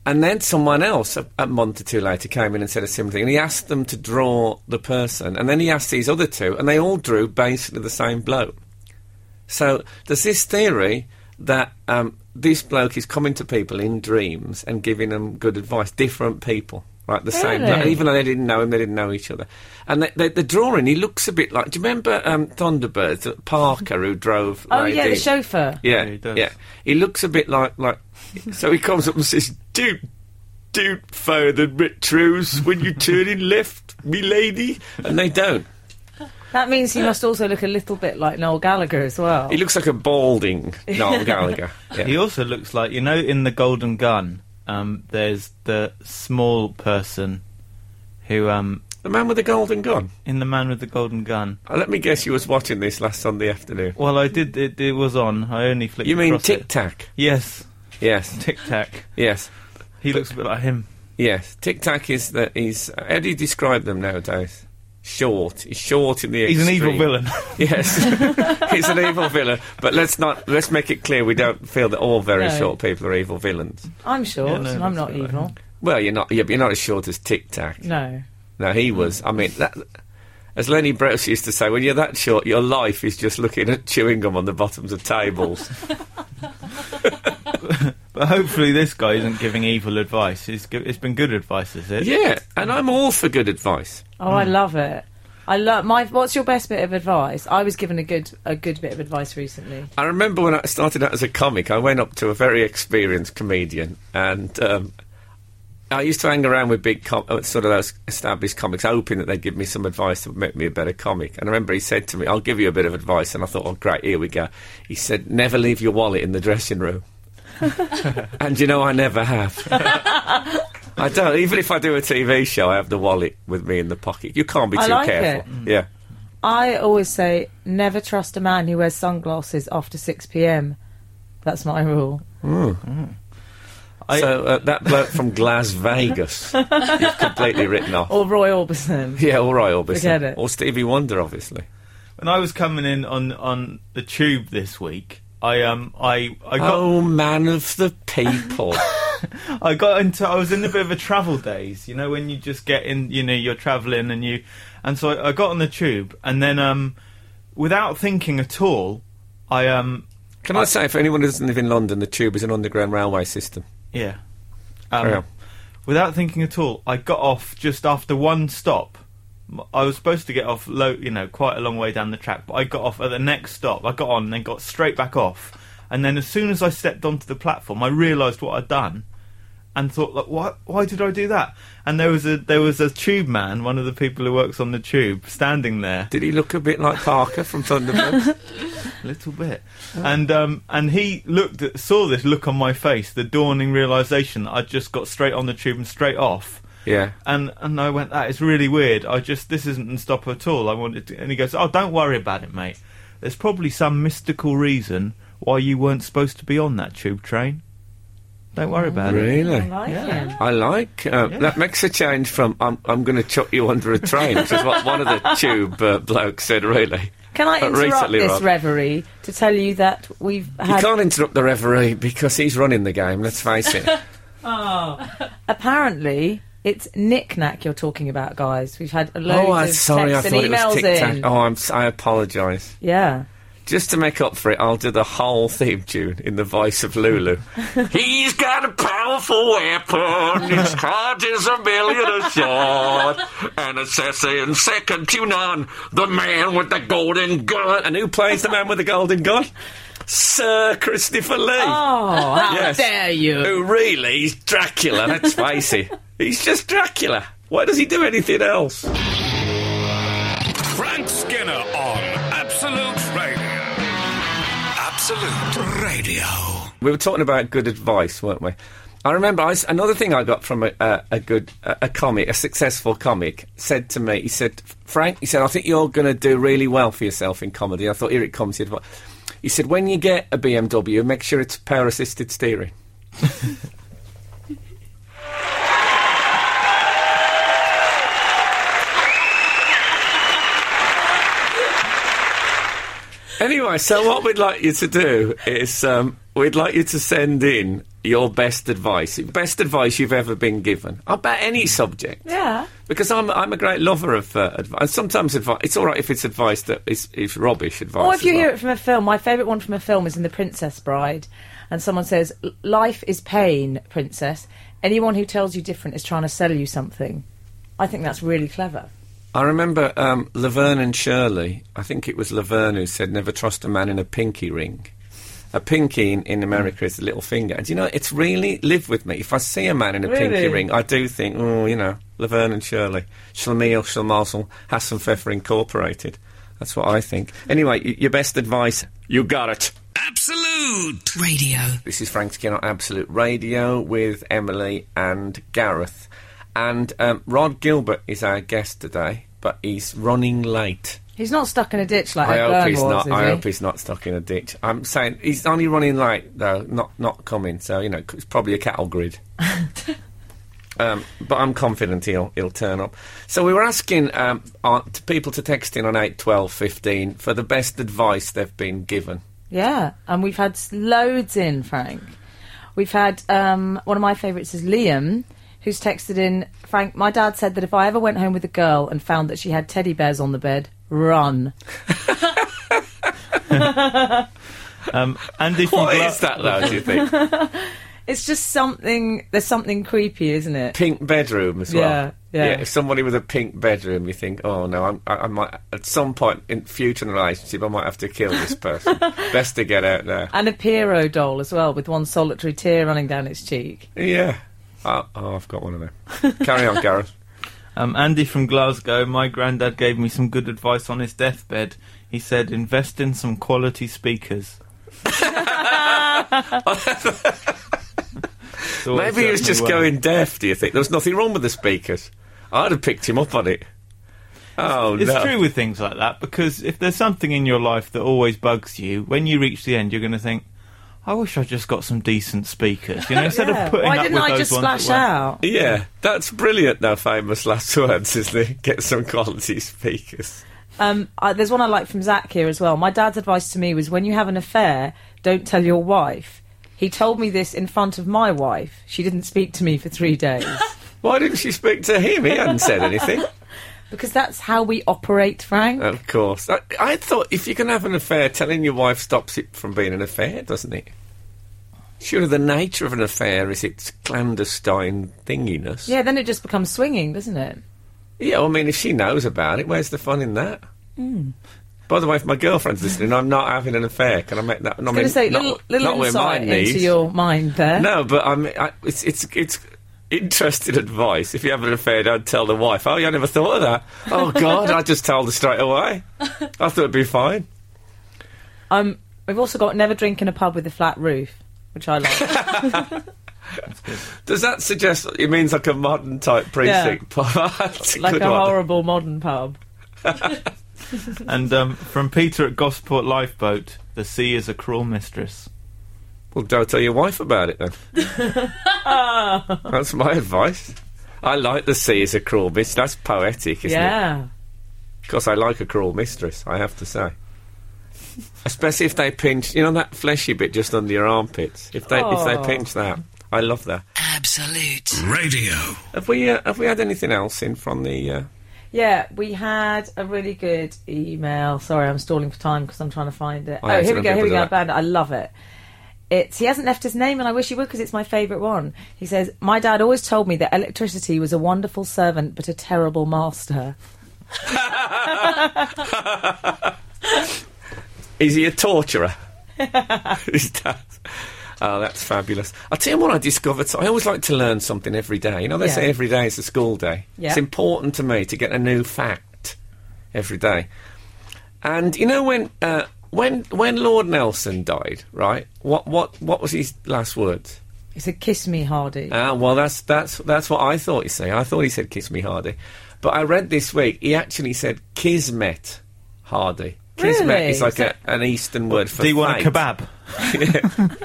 Speaker 3: And then someone else, a, a month or two later, came in and said a similar thing. And he asked them to draw the person. And then he asked these other two, and they all drew basically the same bloke. So there's this theory that um, this bloke is coming to people in dreams and giving them good advice, different people. Like the same,
Speaker 5: Really?
Speaker 3: like, even though they didn't know him, they didn't know each other. And the, the, the drawing, he looks a bit like. Do you remember um, Thunderbirds? uh, Parker, who drove.
Speaker 5: Oh yeah, the
Speaker 3: lady?
Speaker 5: chauffeur.
Speaker 3: Yeah,
Speaker 4: Yeah, he does.
Speaker 3: yeah. He looks a bit like like. so he comes up and says, "Don't, don't fire the retros when you turn in left, me lady." And they don't.
Speaker 5: That means he must also look a little bit like Noel Gallagher as well.
Speaker 3: He looks like a balding Noel Gallagher.
Speaker 4: He
Speaker 3: Yeah.
Speaker 4: also looks like you know in the Golden Gun, um, there's the small person who um
Speaker 3: The man with the golden gun.
Speaker 4: in the man with the golden gun.
Speaker 3: Uh, let me guess, you was watching this last Sunday afternoon.
Speaker 4: Well, I did. It, it was on. I only flicked.
Speaker 3: You mean
Speaker 4: across it.
Speaker 3: Tic Tac?
Speaker 4: Yes,
Speaker 3: Yes,
Speaker 4: Tic Tac.
Speaker 3: yes,
Speaker 4: He looks a bit like him.
Speaker 3: yes. Tic Tac is that he's. How do you describe them nowadays? Short. He's short in the.
Speaker 4: He's an evil
Speaker 3: extreme.
Speaker 4: villain.
Speaker 3: Yes, he's an evil villain. But let's not let's make it clear we don't feel that all very
Speaker 5: No.
Speaker 3: short people are evil villains.
Speaker 5: I'm short,
Speaker 4: Yeah, no,
Speaker 5: and I'm
Speaker 4: that's
Speaker 5: not
Speaker 4: all right.
Speaker 5: evil.
Speaker 3: Well, you're not. yeah, but You're not as short as Tic Tac.
Speaker 5: No.
Speaker 3: No, he was. I mean, that, as Lenny Bruce used to say, when you're that short, your life is just looking at chewing gum on the bottoms of tables.
Speaker 4: But hopefully this guy isn't giving evil advice. He's gi- it's been good advice, is it?
Speaker 3: yeah, and I'm all for good advice.
Speaker 5: Oh, I love it. I love my. What's your best bit of advice? I was given a good a good bit of advice recently.
Speaker 3: I remember when I started out as a comic, I went up to a very experienced comedian, and um, I used to hang around with big, com- uh, sort of those established comics, hoping that they'd give me some advice that would make me a better comic. And I remember he said to me, "I'll give you a bit of advice," and I thought, "Oh, great, here we go." He said, "Never leave your wallet in the dressing room," and you know, I never have. I don't. Even if I do a TV show, I have the wallet with me in the pocket. You can't be
Speaker 5: I
Speaker 3: too
Speaker 5: like Mm.
Speaker 3: careful. Yeah.
Speaker 5: I always say never trust a man who wears sunglasses after six p.m. That's my rule.
Speaker 4: I-
Speaker 3: so uh, that bloke from Las Vegas, he's completely written off.
Speaker 5: Or Roy Orbison.
Speaker 3: Yeah, all right, obviously.
Speaker 5: Oh, Forget it.
Speaker 3: Or Stevie Wonder, obviously.
Speaker 4: When I was coming in on, on the tube this week, I I um I I got
Speaker 3: Oh, man of the people. Oh.
Speaker 4: I got into I was in a bit of a travel daze, you know, when you just get in, you know, you're travelling and you, and so I, I got on the tube and then um, without thinking at all, I um
Speaker 3: Can I say, for anyone who doesn't live in London, the tube is an underground railway system.
Speaker 4: yeah,
Speaker 3: Carry
Speaker 4: um,
Speaker 3: on.
Speaker 4: without thinking at all, I got off just after one stop. M- I was supposed to get off low, you know, quite a long way down the track, but I got off at the next stop. I got on and then got straight back off. And then as soon as I stepped onto the platform, I realised what I'd done and thought, like, what? Why did I do that? And there was a there was a tube man, one of the people who works on the tube, standing there
Speaker 3: Did he look a bit like Parker from Thunderbirds?
Speaker 4: a little bit.
Speaker 3: Oh.
Speaker 4: And um, and he looked at, saw this look on my face, the dawning realization that I just got straight on the tube and straight off.
Speaker 3: Yeah.
Speaker 4: And and I went, that is really weird. I just this isn't a stopper at all. I wanted to, and he goes, oh, don't worry about it, mate. There's probably some mystical reason why you weren't supposed to be on that tube train. Don't worry about it.
Speaker 5: I
Speaker 3: really?
Speaker 5: like
Speaker 4: Yeah.
Speaker 5: it.
Speaker 3: I like uh, that makes a change from I'm I'm going to chuck you under a train, which is what one of the tube uh, blokes said. Really,
Speaker 5: Can I
Speaker 3: But
Speaker 5: interrupt
Speaker 3: recently,
Speaker 5: this
Speaker 3: Rob.
Speaker 5: reverie to tell you that we've
Speaker 3: you
Speaker 5: had
Speaker 3: can't interrupt the referee because he's running the game. Let's face it.
Speaker 5: apparently it's knick-knack you're talking about, guys. We've had loads
Speaker 3: oh, I'm
Speaker 5: of
Speaker 3: sorry, I
Speaker 5: texts
Speaker 3: thought
Speaker 5: and
Speaker 3: it was
Speaker 5: emails
Speaker 3: Tic Tac.
Speaker 5: in.
Speaker 3: Oh, I'm s- I apologise.
Speaker 5: Yeah.
Speaker 3: Just to make up for it, I'll do the whole theme tune in the voice of Lulu. He's got a powerful weapon. His card is a million a shot. An assassin second to none. The man with the golden gun. And who plays the man with the golden gun? Sir Christopher Lee.
Speaker 5: Oh, how
Speaker 3: Yes.
Speaker 5: dare you!
Speaker 3: Who really is Dracula, let's face it. He's just Dracula. Why does he do anything else?
Speaker 2: Frank Skinner on Absolute Radio. Absolute Radio.
Speaker 3: We were talking about good advice, weren't we? I remember I s another thing I got from a, a, a good a, a comic, a successful comic, said to me. He said, "Frank, he said, I think you're going to do really well for yourself in comedy." I thought, "Here it comes." the advice." He said, "When you get a BMW, make sure it's power-assisted steering." Anyway, so what we'd like you to do is um, we'd like you to send in your best advice, best advice you've ever been given about any subject.
Speaker 5: Yeah.
Speaker 3: Because I'm I'm a great lover of uh, advice. And sometimes advice it's all right if it's advice that is is rubbish advice.
Speaker 5: Or if you
Speaker 3: as
Speaker 5: hear
Speaker 3: well.
Speaker 5: it from a film, my favourite one from a film is in The Princess Bride, and someone says, "L- "Life is pain, princess. Anyone who tells you different is trying to sell you something." I think that's really clever.
Speaker 3: I remember um, Laverne and Shirley. I think it was Laverne who said, "Never trust a man in a pinky ring." A pinky in, in America is a little finger. And you know, it's really lived with me. If I see a man in a pinky
Speaker 5: Really?
Speaker 3: ring, I do think, oh, you know, Laverne and Shirley, Schlemiel, Schlemazel, Hassan Pfeffer Incorporated. That's what I think. Anyway, y- your best advice, you got it.
Speaker 2: Absolute.
Speaker 7: Radio.
Speaker 3: This is Frank Skinner, Absolute Radio, with Emily and Gareth. And um, Rod Gilbert is our guest today, but he's running late.
Speaker 5: He's not stuck in a ditch like
Speaker 3: I
Speaker 5: Ed
Speaker 3: hope
Speaker 5: Byrne
Speaker 3: he's
Speaker 5: was,
Speaker 3: not.
Speaker 5: is
Speaker 3: I
Speaker 5: he?
Speaker 3: hope he's not stuck in a ditch. I'm saying he's only running late though, not not coming. So you know, c- it's probably a cattle grid. um, but I'm confident he'll he'll turn up. So we were asking um, on, to people to text in on eight twelve fifteen for the best advice they've been given.
Speaker 5: Yeah, and we've had s- loads in, Frank. We've had um, one of my favourites is Liam, who's texted in Frank, my dad said that if I ever went home with a girl and found that she had teddy bears on the bed, run.
Speaker 4: Um, and if
Speaker 3: What
Speaker 4: you gla-
Speaker 3: is that though? Do you think
Speaker 5: It's just something, there's something creepy, isn't it?
Speaker 3: pink bedroom as well?
Speaker 5: Yeah, yeah.
Speaker 3: If somebody with a pink bedroom, you think, oh no, I'm, I, I might at some point in future in the relationship, I might have to kill this person. Best to get out there.
Speaker 5: And a Pierrot doll as well, with one solitary tear running down its cheek.
Speaker 3: Yeah. Oh, oh, I've got one of them. Carry on, Gareth.
Speaker 4: Um, Andy from Glasgow, my granddad gave me some good advice on his deathbed. He said, invest in some quality speakers. It's always
Speaker 3: Maybe he was
Speaker 4: served me
Speaker 3: just
Speaker 4: well.
Speaker 3: going deaf, do you think? There was nothing wrong with the speakers. I'd have picked him up on it. Oh,
Speaker 4: It's
Speaker 3: no.
Speaker 4: true with things like that because if there's something in your life that always bugs you, when you reach the end, you're going to think, "I wish I just got some decent speakers." You know, instead
Speaker 5: Yeah.
Speaker 4: of putting
Speaker 5: Why
Speaker 4: up
Speaker 5: didn't
Speaker 4: with
Speaker 5: I
Speaker 4: those
Speaker 5: just
Speaker 4: ones that
Speaker 5: splash
Speaker 4: weren't-
Speaker 5: out?
Speaker 3: Yeah, that's brilliant, Now, famous last words, isn't it? Get some quality speakers.
Speaker 5: Um, I, there's one I like from Zach here as well. My dad's advice to me was when you have an affair, don't tell your wife. He told me this in front of my wife. She didn't speak to me for three days.
Speaker 3: Why didn't she speak to him? He hadn't said anything.
Speaker 5: because that's how we operate, Frank.
Speaker 4: Uh,
Speaker 3: Of course. I, I thought if you can have an affair, telling your wife stops it from being an affair, doesn't it? Surely the nature of an affair is its clandestine thinginess.
Speaker 5: yeah, then it just becomes swinging, doesn't it?
Speaker 3: Yeah, I mean, if she knows about it, where's the fun in that?
Speaker 5: Hmm.
Speaker 3: By the way, if my girlfriend's listening, I'm not having an affair. Can I make that? I
Speaker 5: I'm going
Speaker 3: mean,
Speaker 5: to say
Speaker 3: not,
Speaker 5: little, little
Speaker 3: not where
Speaker 5: insight
Speaker 3: mine needs.
Speaker 5: into your mind there.
Speaker 3: No, but I'm. I, it's it's it's interested advice. If you have an affair, don't tell the wife. Oh, yeah, I never thought of that. Oh God, I just told her straight away. I thought it'd be fine.
Speaker 5: Um, we've also got never drink in a pub with a flat roof, which I like.
Speaker 3: Does that suggest it means like a modern type precinct? That's
Speaker 5: like
Speaker 3: good
Speaker 5: a
Speaker 3: one.
Speaker 5: horrible modern pub.
Speaker 4: And um, from Peter at Gosport Lifeboat, the sea is a cruel mistress.
Speaker 3: Well, don't tell your wife about it then.
Speaker 5: Oh.
Speaker 3: That's my advice. I like the sea as a cruel mistress. That's poetic, isn't it?
Speaker 5: yeah.
Speaker 3: Because I like a cruel mistress, I have to say. Especially if they pinch, you know, that fleshy bit just under your armpits. If they if
Speaker 5: Oh.
Speaker 3: they pinch that, I love that.
Speaker 7: Absolute.
Speaker 2: Radio.
Speaker 3: Have we uh, have we had anything else in from the? Uh,
Speaker 5: Yeah, we had a really good email. Sorry, I'm stalling for time because I'm trying to find it.
Speaker 3: Oh, yeah,
Speaker 5: oh, here we
Speaker 3: it's
Speaker 5: go, here we go.
Speaker 3: remembered
Speaker 5: I found it. I love it. It's, he hasn't left his name, and I wish he would because it's my favourite one. He says, My dad always told me that electricity was a wonderful servant but a terrible master.
Speaker 3: is he a torturer? His dad. Oh, that's fabulous. I'll tell you what I discovered. So I always like to learn something every day. You know, they
Speaker 5: Yeah.
Speaker 3: say every day is a school day.
Speaker 5: Yeah.
Speaker 3: It's important to me to get a new fact every day. And you know when uh, when when Lord Nelson died, right? What what what was his last words?
Speaker 5: He said, Kiss me, Hardy.
Speaker 3: Ah, well, that's that's that's what I thought. You say I thought he said "kiss me, Hardy," but I read this week he actually said "kismet, Hardy." Kismet
Speaker 5: Really?
Speaker 3: is like
Speaker 5: Is that-
Speaker 3: a, an Eastern word for.
Speaker 4: Do you want a
Speaker 3: fate.
Speaker 4: kebab?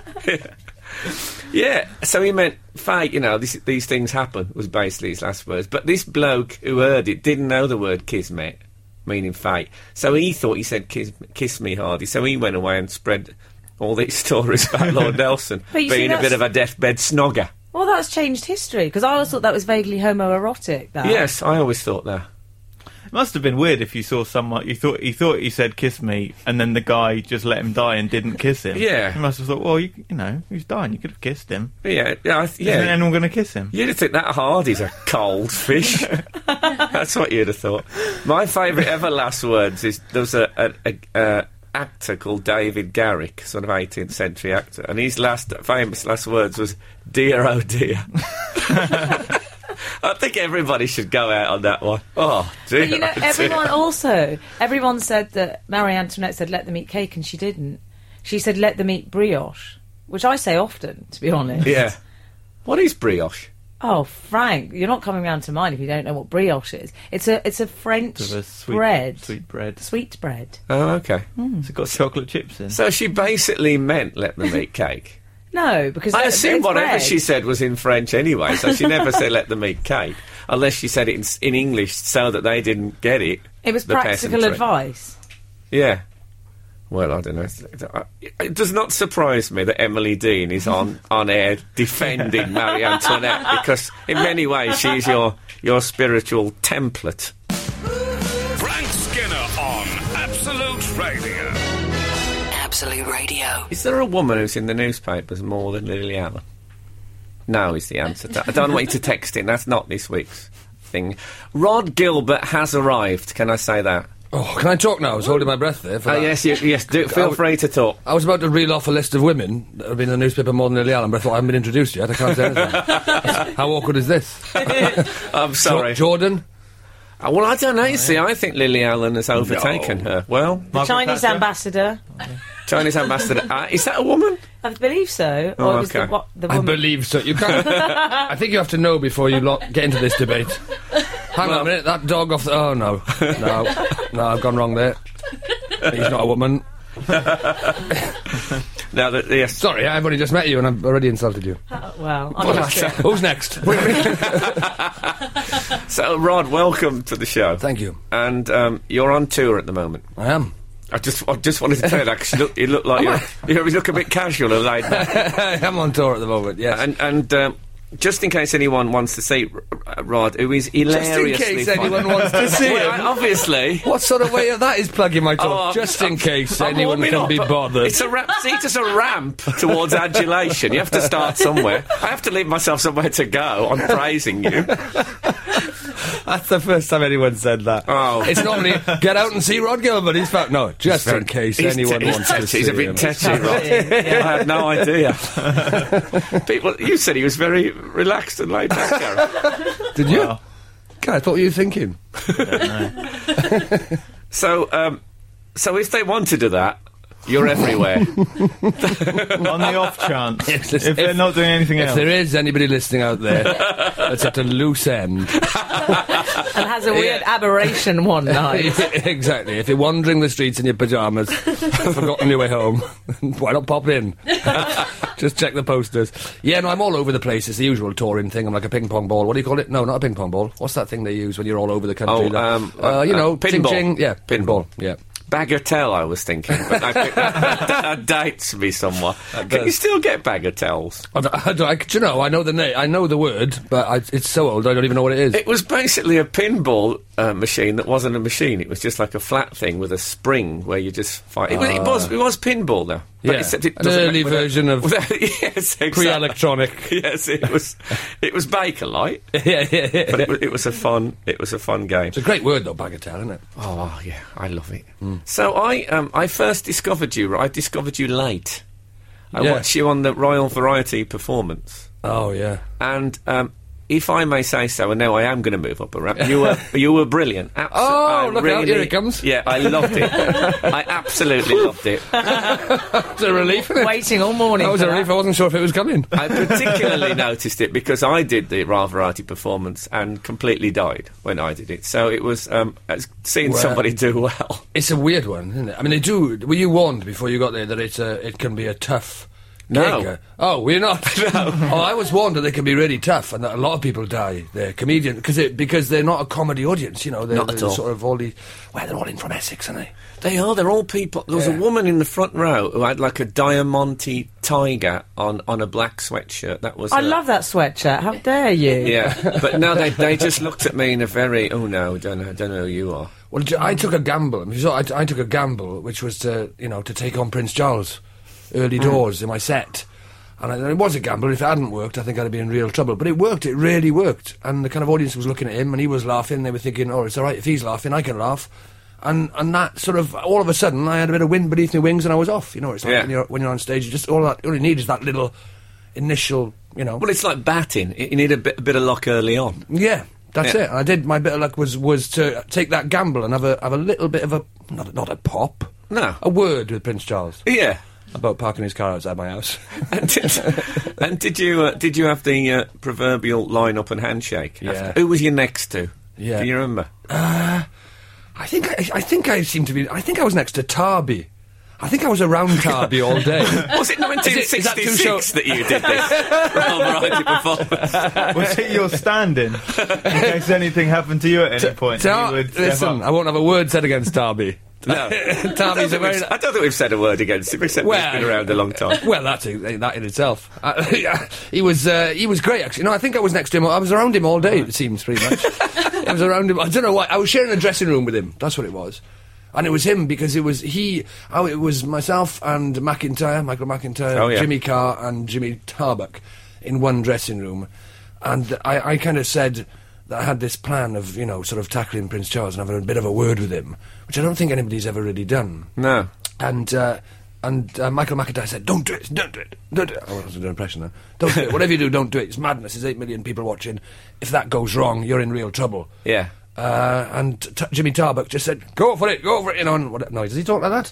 Speaker 3: Yeah, so he meant fate. You know, this, these things happen was basically his last words. But this bloke who heard it didn't know the word kismet, meaning fate. So he thought he said "kiss, kiss me, Hardy." So he went away and spread all these stories about Lord Nelson
Speaker 5: But you see,
Speaker 3: being a bit
Speaker 5: that's-
Speaker 3: of a deathbed snogger.
Speaker 5: Well, that's changed history because I always thought that was vaguely homoerotic. That.
Speaker 3: Yes, I always thought that.
Speaker 4: It must have been weird if you saw someone you thought you thought you said kiss me, and then the guy just let him die and didn't kiss him.
Speaker 3: Yeah.
Speaker 4: you must have thought, well, you, you know, he's dying. You could have kissed him.
Speaker 3: But yeah, yeah, I th- yeah.
Speaker 4: Isn't anyone going to kiss him?
Speaker 3: You'd have think that Hardy's a cold fish. That's what you'd have thought. My favourite ever last words is there was a, a, a, a actor called David Garrick, sort of 18th century actor, and his last famous last words was "Dear oh dear." I think everybody should go out on that one. Oh dear!
Speaker 5: But you know,
Speaker 3: oh, dear.
Speaker 5: everyone also, everyone said that Marie Antoinette said, let them eat cake, and she didn't. She said, let them eat brioche, which I say often, to be honest.
Speaker 3: Yeah. What is brioche?
Speaker 5: Oh, Frank, you're not coming round to mine if you don't know what brioche is. It's a it's a French
Speaker 4: Sort of a sweet
Speaker 5: bread. Hmm.
Speaker 4: sweet bread.
Speaker 5: Sweet bread.
Speaker 3: Oh, okay.
Speaker 4: It's got chocolate chips in.
Speaker 3: So she basically meant let them eat cake.
Speaker 5: No, because
Speaker 3: I
Speaker 5: it-
Speaker 3: assume
Speaker 5: it's
Speaker 3: whatever
Speaker 5: bread.
Speaker 3: she said was in French anyway, so she never said let them eat cake, unless she said it in, s- in English so that they didn't get it.
Speaker 5: It was
Speaker 3: the
Speaker 5: practical
Speaker 3: peasantry.
Speaker 5: advice.
Speaker 3: Yeah. Well, I don't know. It's- it's- I- It does not surprise me that Emily Dean is on, on air defending Marie Antoinette because, in many ways, she's your your spiritual template.
Speaker 2: Frank Skinner on Absolute Radio.
Speaker 7: Absolute Radio.
Speaker 3: Is there a woman who's in the newspapers more than Lily Allen? No, is the answer. To- I don't want you to text in. That's not this week's thing. Rod Gilbert has arrived. Can I say that?
Speaker 8: Oh, can I talk now? I was holding my breath there. For
Speaker 3: Oh
Speaker 8: that.
Speaker 3: Uh, yes, you, yes. Do,
Speaker 8: I
Speaker 3: feel
Speaker 8: would-
Speaker 3: free to talk.
Speaker 8: I was about to reel off a list of women that have been in the newspaper more than Lily Allen, but I thought I haven't been introduced yet. I can't say anything. How awkward is this?
Speaker 3: I'm sorry.
Speaker 8: Jordan?
Speaker 3: Uh, well, I don't know. You see, I think Lily Allen has overtaken her. Well,
Speaker 5: The Chinese
Speaker 4: Thatcher?
Speaker 5: ambassador,
Speaker 3: Chinese ambassador. Uh, is that a woman?
Speaker 5: I believe so.
Speaker 3: Oh,
Speaker 5: or it was
Speaker 3: okay.
Speaker 5: the, what, the
Speaker 8: I
Speaker 5: woman.
Speaker 8: believe so. You can't. I think you have to know before you lot get into this debate. Hang on a minute, that dog off the. Oh no. No. No, I've gone wrong there. He's not a woman.
Speaker 3: No. That, yes.
Speaker 8: Sorry, I've only just met you and I've already insulted you.
Speaker 5: Uh, Well, I'm used to it.
Speaker 8: Who's next?
Speaker 3: So, Rod, welcome to the show.
Speaker 8: Thank you.
Speaker 3: And um, you're on tour at the moment.
Speaker 8: I am.
Speaker 3: I just, I just wanted to tell you that 'cause you look, you look like you're, you look a bit casual and laid back.
Speaker 8: I am on tour at the moment, yes.
Speaker 3: And, and um, just in case anyone wants to see R- R- Rod, who is
Speaker 8: just
Speaker 3: hilariously
Speaker 8: in case
Speaker 3: funny-
Speaker 8: anyone wants to see
Speaker 3: Well,
Speaker 8: it.
Speaker 3: obviously.
Speaker 8: What sort of way of that is plugging my
Speaker 3: Oh,
Speaker 8: tour?
Speaker 3: I'm-
Speaker 8: just in case
Speaker 3: I'm
Speaker 8: anyone
Speaker 3: warming
Speaker 8: can
Speaker 3: up.
Speaker 8: be bothered.
Speaker 3: It's a ramp. See, it's just a ramp towards adulation. You have to start somewhere. I have to leave myself somewhere to go. I'm praising you.
Speaker 4: That's the first time anyone said that.
Speaker 3: Oh,
Speaker 8: It's normally get out and see Rod Gilbert. He's found no, just in case
Speaker 3: He's
Speaker 8: anyone
Speaker 3: te- he's
Speaker 8: wants
Speaker 3: touchy.
Speaker 8: to see
Speaker 3: He's a bit
Speaker 8: him.
Speaker 3: touchy, Rod. I had no idea. People, you said he was very relaxed and laid back. Gareth.
Speaker 8: Did you? God, I thought you were thinking.
Speaker 3: so, um, so if they want to do that, you're everywhere.
Speaker 4: On the off chance,
Speaker 8: Yes,
Speaker 4: if, they're
Speaker 8: if-
Speaker 4: not doing anything
Speaker 8: If
Speaker 4: else,
Speaker 8: there is anybody listening out there that's at a loose end,
Speaker 5: And has a weird aberration one night.
Speaker 8: Ah, exactly. If you're wandering the streets in your pajamas, forgotten your way home, why not pop in? Just check the posters. Yeah, no, I'm all over the place. It's the usual touring thing. I'm like a ping pong ball. What do you call it? No, not a ping pong ball. What's that thing they use when you're all over the country?
Speaker 3: Oh,
Speaker 8: Like,
Speaker 3: um,
Speaker 8: uh, you
Speaker 3: uh,
Speaker 8: know,
Speaker 3: pinball.
Speaker 8: ching ching. Yeah,
Speaker 3: Pinball.
Speaker 8: pinball. Yeah.
Speaker 3: Bagatelle, I was thinking, but I think that, that dates me somewhat. Can
Speaker 8: does.
Speaker 3: you still get bagatelles?
Speaker 8: I, don't- I, don't- I- do you know, I know the name, I know the word, but I, it's so old I don't even know what it is.
Speaker 3: It was basically a pinball uh, machine that wasn't a machine. It was just like a flat thing with a spring where you just fight. It, was- it was it was pinball though. But
Speaker 8: Yeah.
Speaker 3: except it
Speaker 8: An
Speaker 3: doesn't
Speaker 8: early
Speaker 3: with a-
Speaker 8: version of
Speaker 3: with a- yes, exactly.
Speaker 8: Pre-electronic.
Speaker 3: Yes, it was. It was Bakelite,
Speaker 8: yeah, yeah, yeah.
Speaker 3: but it was, it was a fun. It was a fun game.
Speaker 8: it's a great word though, bagatelle, isn't it?
Speaker 3: Oh yeah, I love it. So I um, I first discovered you. I discovered you late. I
Speaker 8: Yeah.
Speaker 3: watched you on the Royal Variety performance,
Speaker 8: Oh yeah.
Speaker 3: and um, if I may say so, and now I am going to move up a ramp. You were you were brilliant. Absol-
Speaker 8: Oh,
Speaker 3: I
Speaker 8: look out, here it comes.
Speaker 3: Yeah, I loved it. I absolutely loved it.
Speaker 8: It's a relief. Isn't it?
Speaker 5: Waiting all morning.
Speaker 8: that was
Speaker 5: for
Speaker 8: a relief. I wasn't sure if it was coming.
Speaker 3: I particularly noticed it because I did the Royal Variety performance and completely died when I did it. So it was um, as- seeing
Speaker 8: Well-
Speaker 3: somebody do well.
Speaker 8: It's a weird one, isn't it? I mean, they do. Were you warned before you got there that it's a, it can be a tough?
Speaker 3: No.
Speaker 8: gig? Oh, we're not. Oh, I was warned that they can be really tough, and that a lot of people die. They're comedian because it because they're not a comedy audience. You know, they're,
Speaker 3: Not
Speaker 8: they're
Speaker 3: at all.
Speaker 8: sort of all these. Well, they're all in from Essex, aren't they?
Speaker 3: They are. They're all people. There was
Speaker 8: Yeah.
Speaker 3: a woman in the front row who had like a diamante tiger on on a black sweatshirt. That was.
Speaker 5: I
Speaker 3: her.
Speaker 5: love that sweatshirt. How dare you?
Speaker 3: Yeah, but no, they they just looked at me in a very oh no, don't know, don't know who you are.
Speaker 8: Well, j- I took a gamble. I, mean, so I, I took a gamble, which was to you know to take on Prince Charles early
Speaker 3: Hmm.
Speaker 8: doors in my set, and I, it was a gamble. If it hadn't worked, I think I'd have been in real trouble. But it worked. It really worked, and the kind of audience was looking at him, and he was laughing. They were thinking, "Oh, it's all right. If he's laughing, I can laugh." And and that sort of all of a sudden, I had a bit of wind beneath my wings, and I was off. You know, it's like
Speaker 3: Yeah.
Speaker 8: when, you're, when you're on stage, you just all that all you need is that little initial, you know.
Speaker 3: Well, it's like batting. You need a bit a bit of luck early on.
Speaker 8: Yeah, that's
Speaker 3: Yeah.
Speaker 8: it. I did my bit of luck was was to take that gamble and have a have a little bit of a not not a pop,
Speaker 3: No.
Speaker 8: a word with Prince Charles
Speaker 3: Yeah.
Speaker 8: about parking his car outside my house.
Speaker 3: and did, and did you uh, did you have the uh, proverbial line up and handshake?
Speaker 8: Yeah.
Speaker 3: Who was you next to?
Speaker 8: Yeah.
Speaker 3: Do you remember?
Speaker 8: I think I, I think I seem to be. I think I was next to Tarby. I think I was around Tarby all day.
Speaker 3: Was it
Speaker 8: Is it- is that too
Speaker 3: 1966
Speaker 8: short?
Speaker 3: that you did this Royal Variety performance?
Speaker 4: was it your standing in case anything happened to you at any point?
Speaker 8: Tar-
Speaker 4: you would step
Speaker 8: listen,
Speaker 4: up.
Speaker 8: I won't have a word said against Tarby.
Speaker 3: No. I, don't
Speaker 8: Tarby's a
Speaker 3: think we've- uh,
Speaker 8: very.
Speaker 3: I don't think we've said a word against him, except
Speaker 8: Well,
Speaker 3: he's been around a long time.
Speaker 8: Well, that's that in itself. Uh, he was uh, he was great actually. No, I think I was next to him. I was around him all day. It seems pretty much. I was around him. I don't know why. I was sharing a dressing room with him. That's what it was. And it was him because it was he. Oh, it was myself and McIntyre, Michael McIntyre,
Speaker 3: Oh, yeah.
Speaker 8: Jimmy Carr, and Jimmy Tarbuck in one dressing room. And I, I kind of said that I had this plan of you know sort of tackling Prince Charles and having a bit of a word with him, which I don't think anybody's ever really done
Speaker 3: No.
Speaker 8: and uh, and uh, Michael McIntyre said, "Don't do it, don't do it, don't do it." I wasn't doing an impression then. Don't do it. Whatever you do, don't do it. It's madness. There's eight million people watching. If that goes wrong, you're in real trouble.
Speaker 3: Yeah.
Speaker 8: Uh, and t- Jimmy Tarbuck just said, "Go for it, go for it." You know, and what, no, does he talk like that?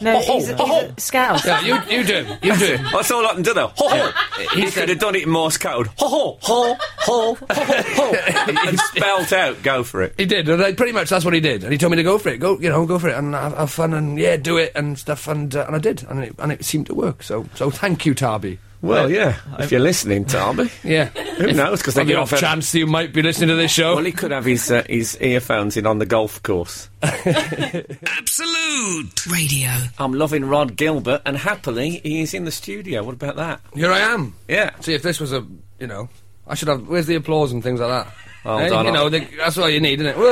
Speaker 5: No, he's, a, he's a scout.
Speaker 8: Yeah, you you do, you do.
Speaker 3: That's all I can do though. Ho ho! He could have done it in Morse code. Ho ho! Ho ho! Ho ho! ho. And spelt out, go for it.
Speaker 8: He did, and I, pretty much that's what he did. And he told me to go for it, go, you know, go for it, and have, have fun, and yeah, do it, and stuff, and uh, and I did, and it, and it seemed to work. So so thank you, Tarby.
Speaker 3: Well, yeah. If you're listening, Darby.
Speaker 8: Yeah.
Speaker 3: Who knows? Because they
Speaker 8: On the
Speaker 3: get
Speaker 8: off
Speaker 3: off. Well,
Speaker 8: chance that you might be listening to this show.
Speaker 3: he could have his uh, his earphones in on the golf course.
Speaker 1: Absolute.
Speaker 7: Radio.
Speaker 3: I'm loving Rod Gilbert, and happily he is in the studio. What about that?
Speaker 8: Here I am.
Speaker 3: Yeah.
Speaker 8: See, if this was a, you know, I should have. Where's the applause and things like that?
Speaker 3: Well
Speaker 8: Eh,
Speaker 3: done.
Speaker 8: You know, the, that's all you need, isn't it? Way.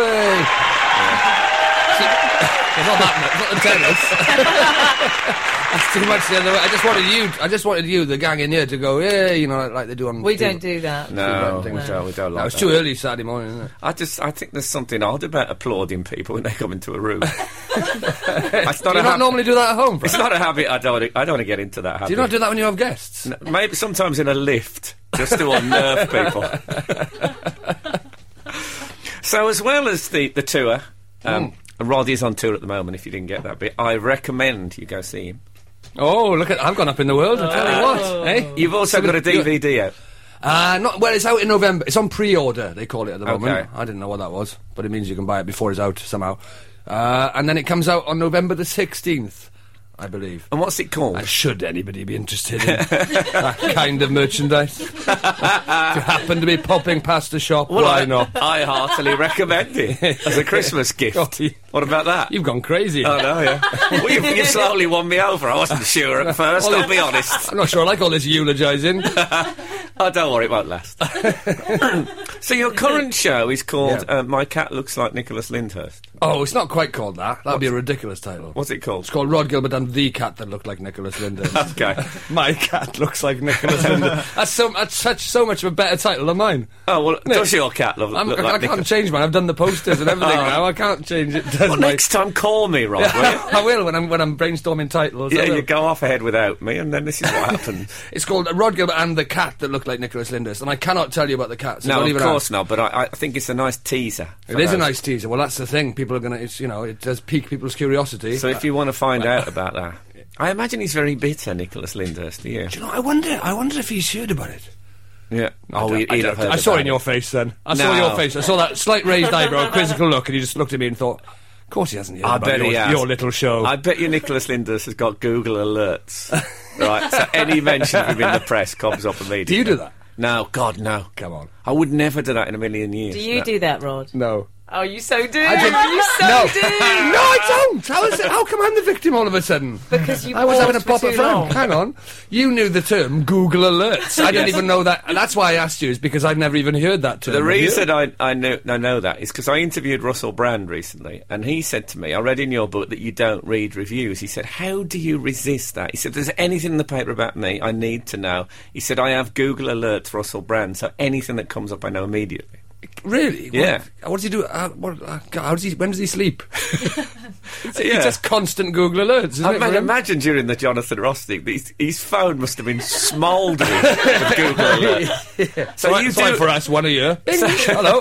Speaker 8: See, it's not that much. Not the tennis. that's too much. The other way. I just wanted you. I just wanted you, the gang in here, to go. Yeah, you know, like, like they do on.
Speaker 5: We
Speaker 8: TV.
Speaker 5: don't do that.
Speaker 3: No,
Speaker 8: don't
Speaker 3: we
Speaker 8: think
Speaker 3: don't, we don't
Speaker 8: No,
Speaker 3: like
Speaker 8: it's
Speaker 3: that.
Speaker 8: too early Saturday morning. Isn't it?
Speaker 3: I just I think there's something odd about applauding people when they come into a room. it's not
Speaker 8: Do
Speaker 3: a
Speaker 8: you not
Speaker 3: hab-
Speaker 8: normally do that at home? Frank?
Speaker 3: It's not a habit. I don't. I don't want to get into that habit.
Speaker 8: Do you not do that when you have guests?
Speaker 3: N- Maybe sometimes in a lift, just to unnerve people. so, as well as the, the tour, um,
Speaker 8: Mm.
Speaker 3: Rod is on tour at the moment, if you didn't get that bit. I recommend you go see him.
Speaker 8: Oh, look at I've gone up in the world. I tell you
Speaker 5: Oh.
Speaker 8: what, eh?
Speaker 3: You've also got a DVD out.
Speaker 8: Uh, not well. It's out in November. It's on pre-order. They call it at the moment.
Speaker 3: Okay.
Speaker 8: I didn't know what that was, but it means you can buy it before it's out somehow. Uh, and then it comes out on November the sixteenth, I believe.
Speaker 3: And what's it called?
Speaker 8: Uh, Should anybody be interested in that kind of merchandise? if you happen to be popping past the shop, why
Speaker 3: I,
Speaker 8: not?
Speaker 3: I heartily recommend it as a Christmas gift.
Speaker 8: God.
Speaker 3: What about that?
Speaker 8: You've gone crazy.
Speaker 3: I know, yeah. well, you've, you've slowly won me over. I wasn't sure at first, I'll be honest.
Speaker 8: I'm not sure I like all this eulogising.
Speaker 3: Oh, don't worry, it won't last. so your current show is called
Speaker 8: Yeah.
Speaker 3: uh, "My Cat Looks Like Nicholas Lyndhurst."
Speaker 8: oh, it's not quite called that. That'd be a ridiculous title.
Speaker 3: What's it called?
Speaker 8: It's called Rod Gilbert and the cat that looked like Nicholas Lyndon.
Speaker 3: Okay.
Speaker 4: My cat looks like Nicholas.
Speaker 8: that's so that's such so much of a better title than mine.
Speaker 3: Oh well,
Speaker 8: No.
Speaker 3: does your cat look,
Speaker 8: I'm,
Speaker 3: look
Speaker 8: I,
Speaker 3: like
Speaker 8: can't
Speaker 3: Nicholas?
Speaker 8: change mine. I've done the posters and everything
Speaker 3: Oh.
Speaker 8: now. I can't change it. Does
Speaker 3: Well,
Speaker 8: my-
Speaker 3: next time call me, Rob. will you?
Speaker 8: I will when I'm when I'm brainstorming titles. I
Speaker 3: Yeah,
Speaker 8: will.
Speaker 3: you go off ahead without me, and then this is what happens.
Speaker 8: It's called Rod Gilbert and the cat that looked like Nicholas Lindus, and I cannot tell you about the cat. So
Speaker 3: no,
Speaker 8: don't
Speaker 3: of
Speaker 8: even
Speaker 3: course
Speaker 8: ask.
Speaker 3: not. But I, I think it's a nice teaser. for
Speaker 8: It is a
Speaker 3: those.
Speaker 8: nice teaser. Well, that's the thing. People are gonna. It's you know, it does pique people's curiosity.
Speaker 3: So if you want to find out about that, I imagine he's very bitter, Nicholas Lyndhurst. Do you?
Speaker 8: you know, I wonder. I wonder if he's heard about it.
Speaker 3: Yeah. Oh,
Speaker 8: I,
Speaker 3: he,
Speaker 8: I
Speaker 3: he'd
Speaker 8: don't-
Speaker 3: have heard
Speaker 8: I saw
Speaker 3: about
Speaker 8: it in your
Speaker 3: it.
Speaker 8: face then. I
Speaker 3: No.
Speaker 8: saw your face. I saw that slight raised eyebrow, quizzical look, and he just looked at me and thought, "Of course he hasn't heard
Speaker 3: I
Speaker 8: about
Speaker 3: bet
Speaker 8: your,
Speaker 3: he has.
Speaker 8: your little show."
Speaker 3: I bet you Nicholas Lyndhurst has got Google alerts. right. So any mention of him in the press comes up immediately.
Speaker 8: Do you do that?
Speaker 3: No, God, no.
Speaker 8: Come on.
Speaker 3: I would never do that in a million years.
Speaker 5: Do you
Speaker 3: No.
Speaker 5: do that, Rod?
Speaker 8: No.
Speaker 5: Oh, you so do.
Speaker 8: I did-
Speaker 5: You so
Speaker 8: no.
Speaker 5: do.
Speaker 8: No, I don't. How is it? How come I'm the victim all of a sudden?
Speaker 5: Because you
Speaker 8: I was having a
Speaker 5: paused
Speaker 8: pop
Speaker 5: for
Speaker 8: at
Speaker 5: too
Speaker 8: Frank.
Speaker 5: long.
Speaker 8: Hang on. You knew the term Google Alerts. I didn't even know that. That's why I asked you, is because I've never even heard that term.
Speaker 3: The
Speaker 8: Have
Speaker 3: reason I, I, know, I know that is because I interviewed Russell Brand recently, and he said to me, I read in your book that you don't read reviews. He said, How do you resist that? He said, If there's anything in the paper about me, I need to know. He said, I have Google Alerts Russell Brand, so anything that comes up, I know immediately.
Speaker 8: you? Really? What-
Speaker 3: Yeah.
Speaker 8: What, does he do? Uh, what, uh, God, how does he, when does he sleep?
Speaker 3: Yeah.
Speaker 8: It's just constant Google Alerts, isn't
Speaker 3: I
Speaker 8: it?
Speaker 3: mean,
Speaker 8: Graham?
Speaker 3: imagine during the Jonathan Ross thing, his, his phone must have been smouldering with Google Alerts. So,
Speaker 8: Right,
Speaker 3: you
Speaker 8: it's like
Speaker 3: do,
Speaker 8: for us, one a year. Bing. Hello.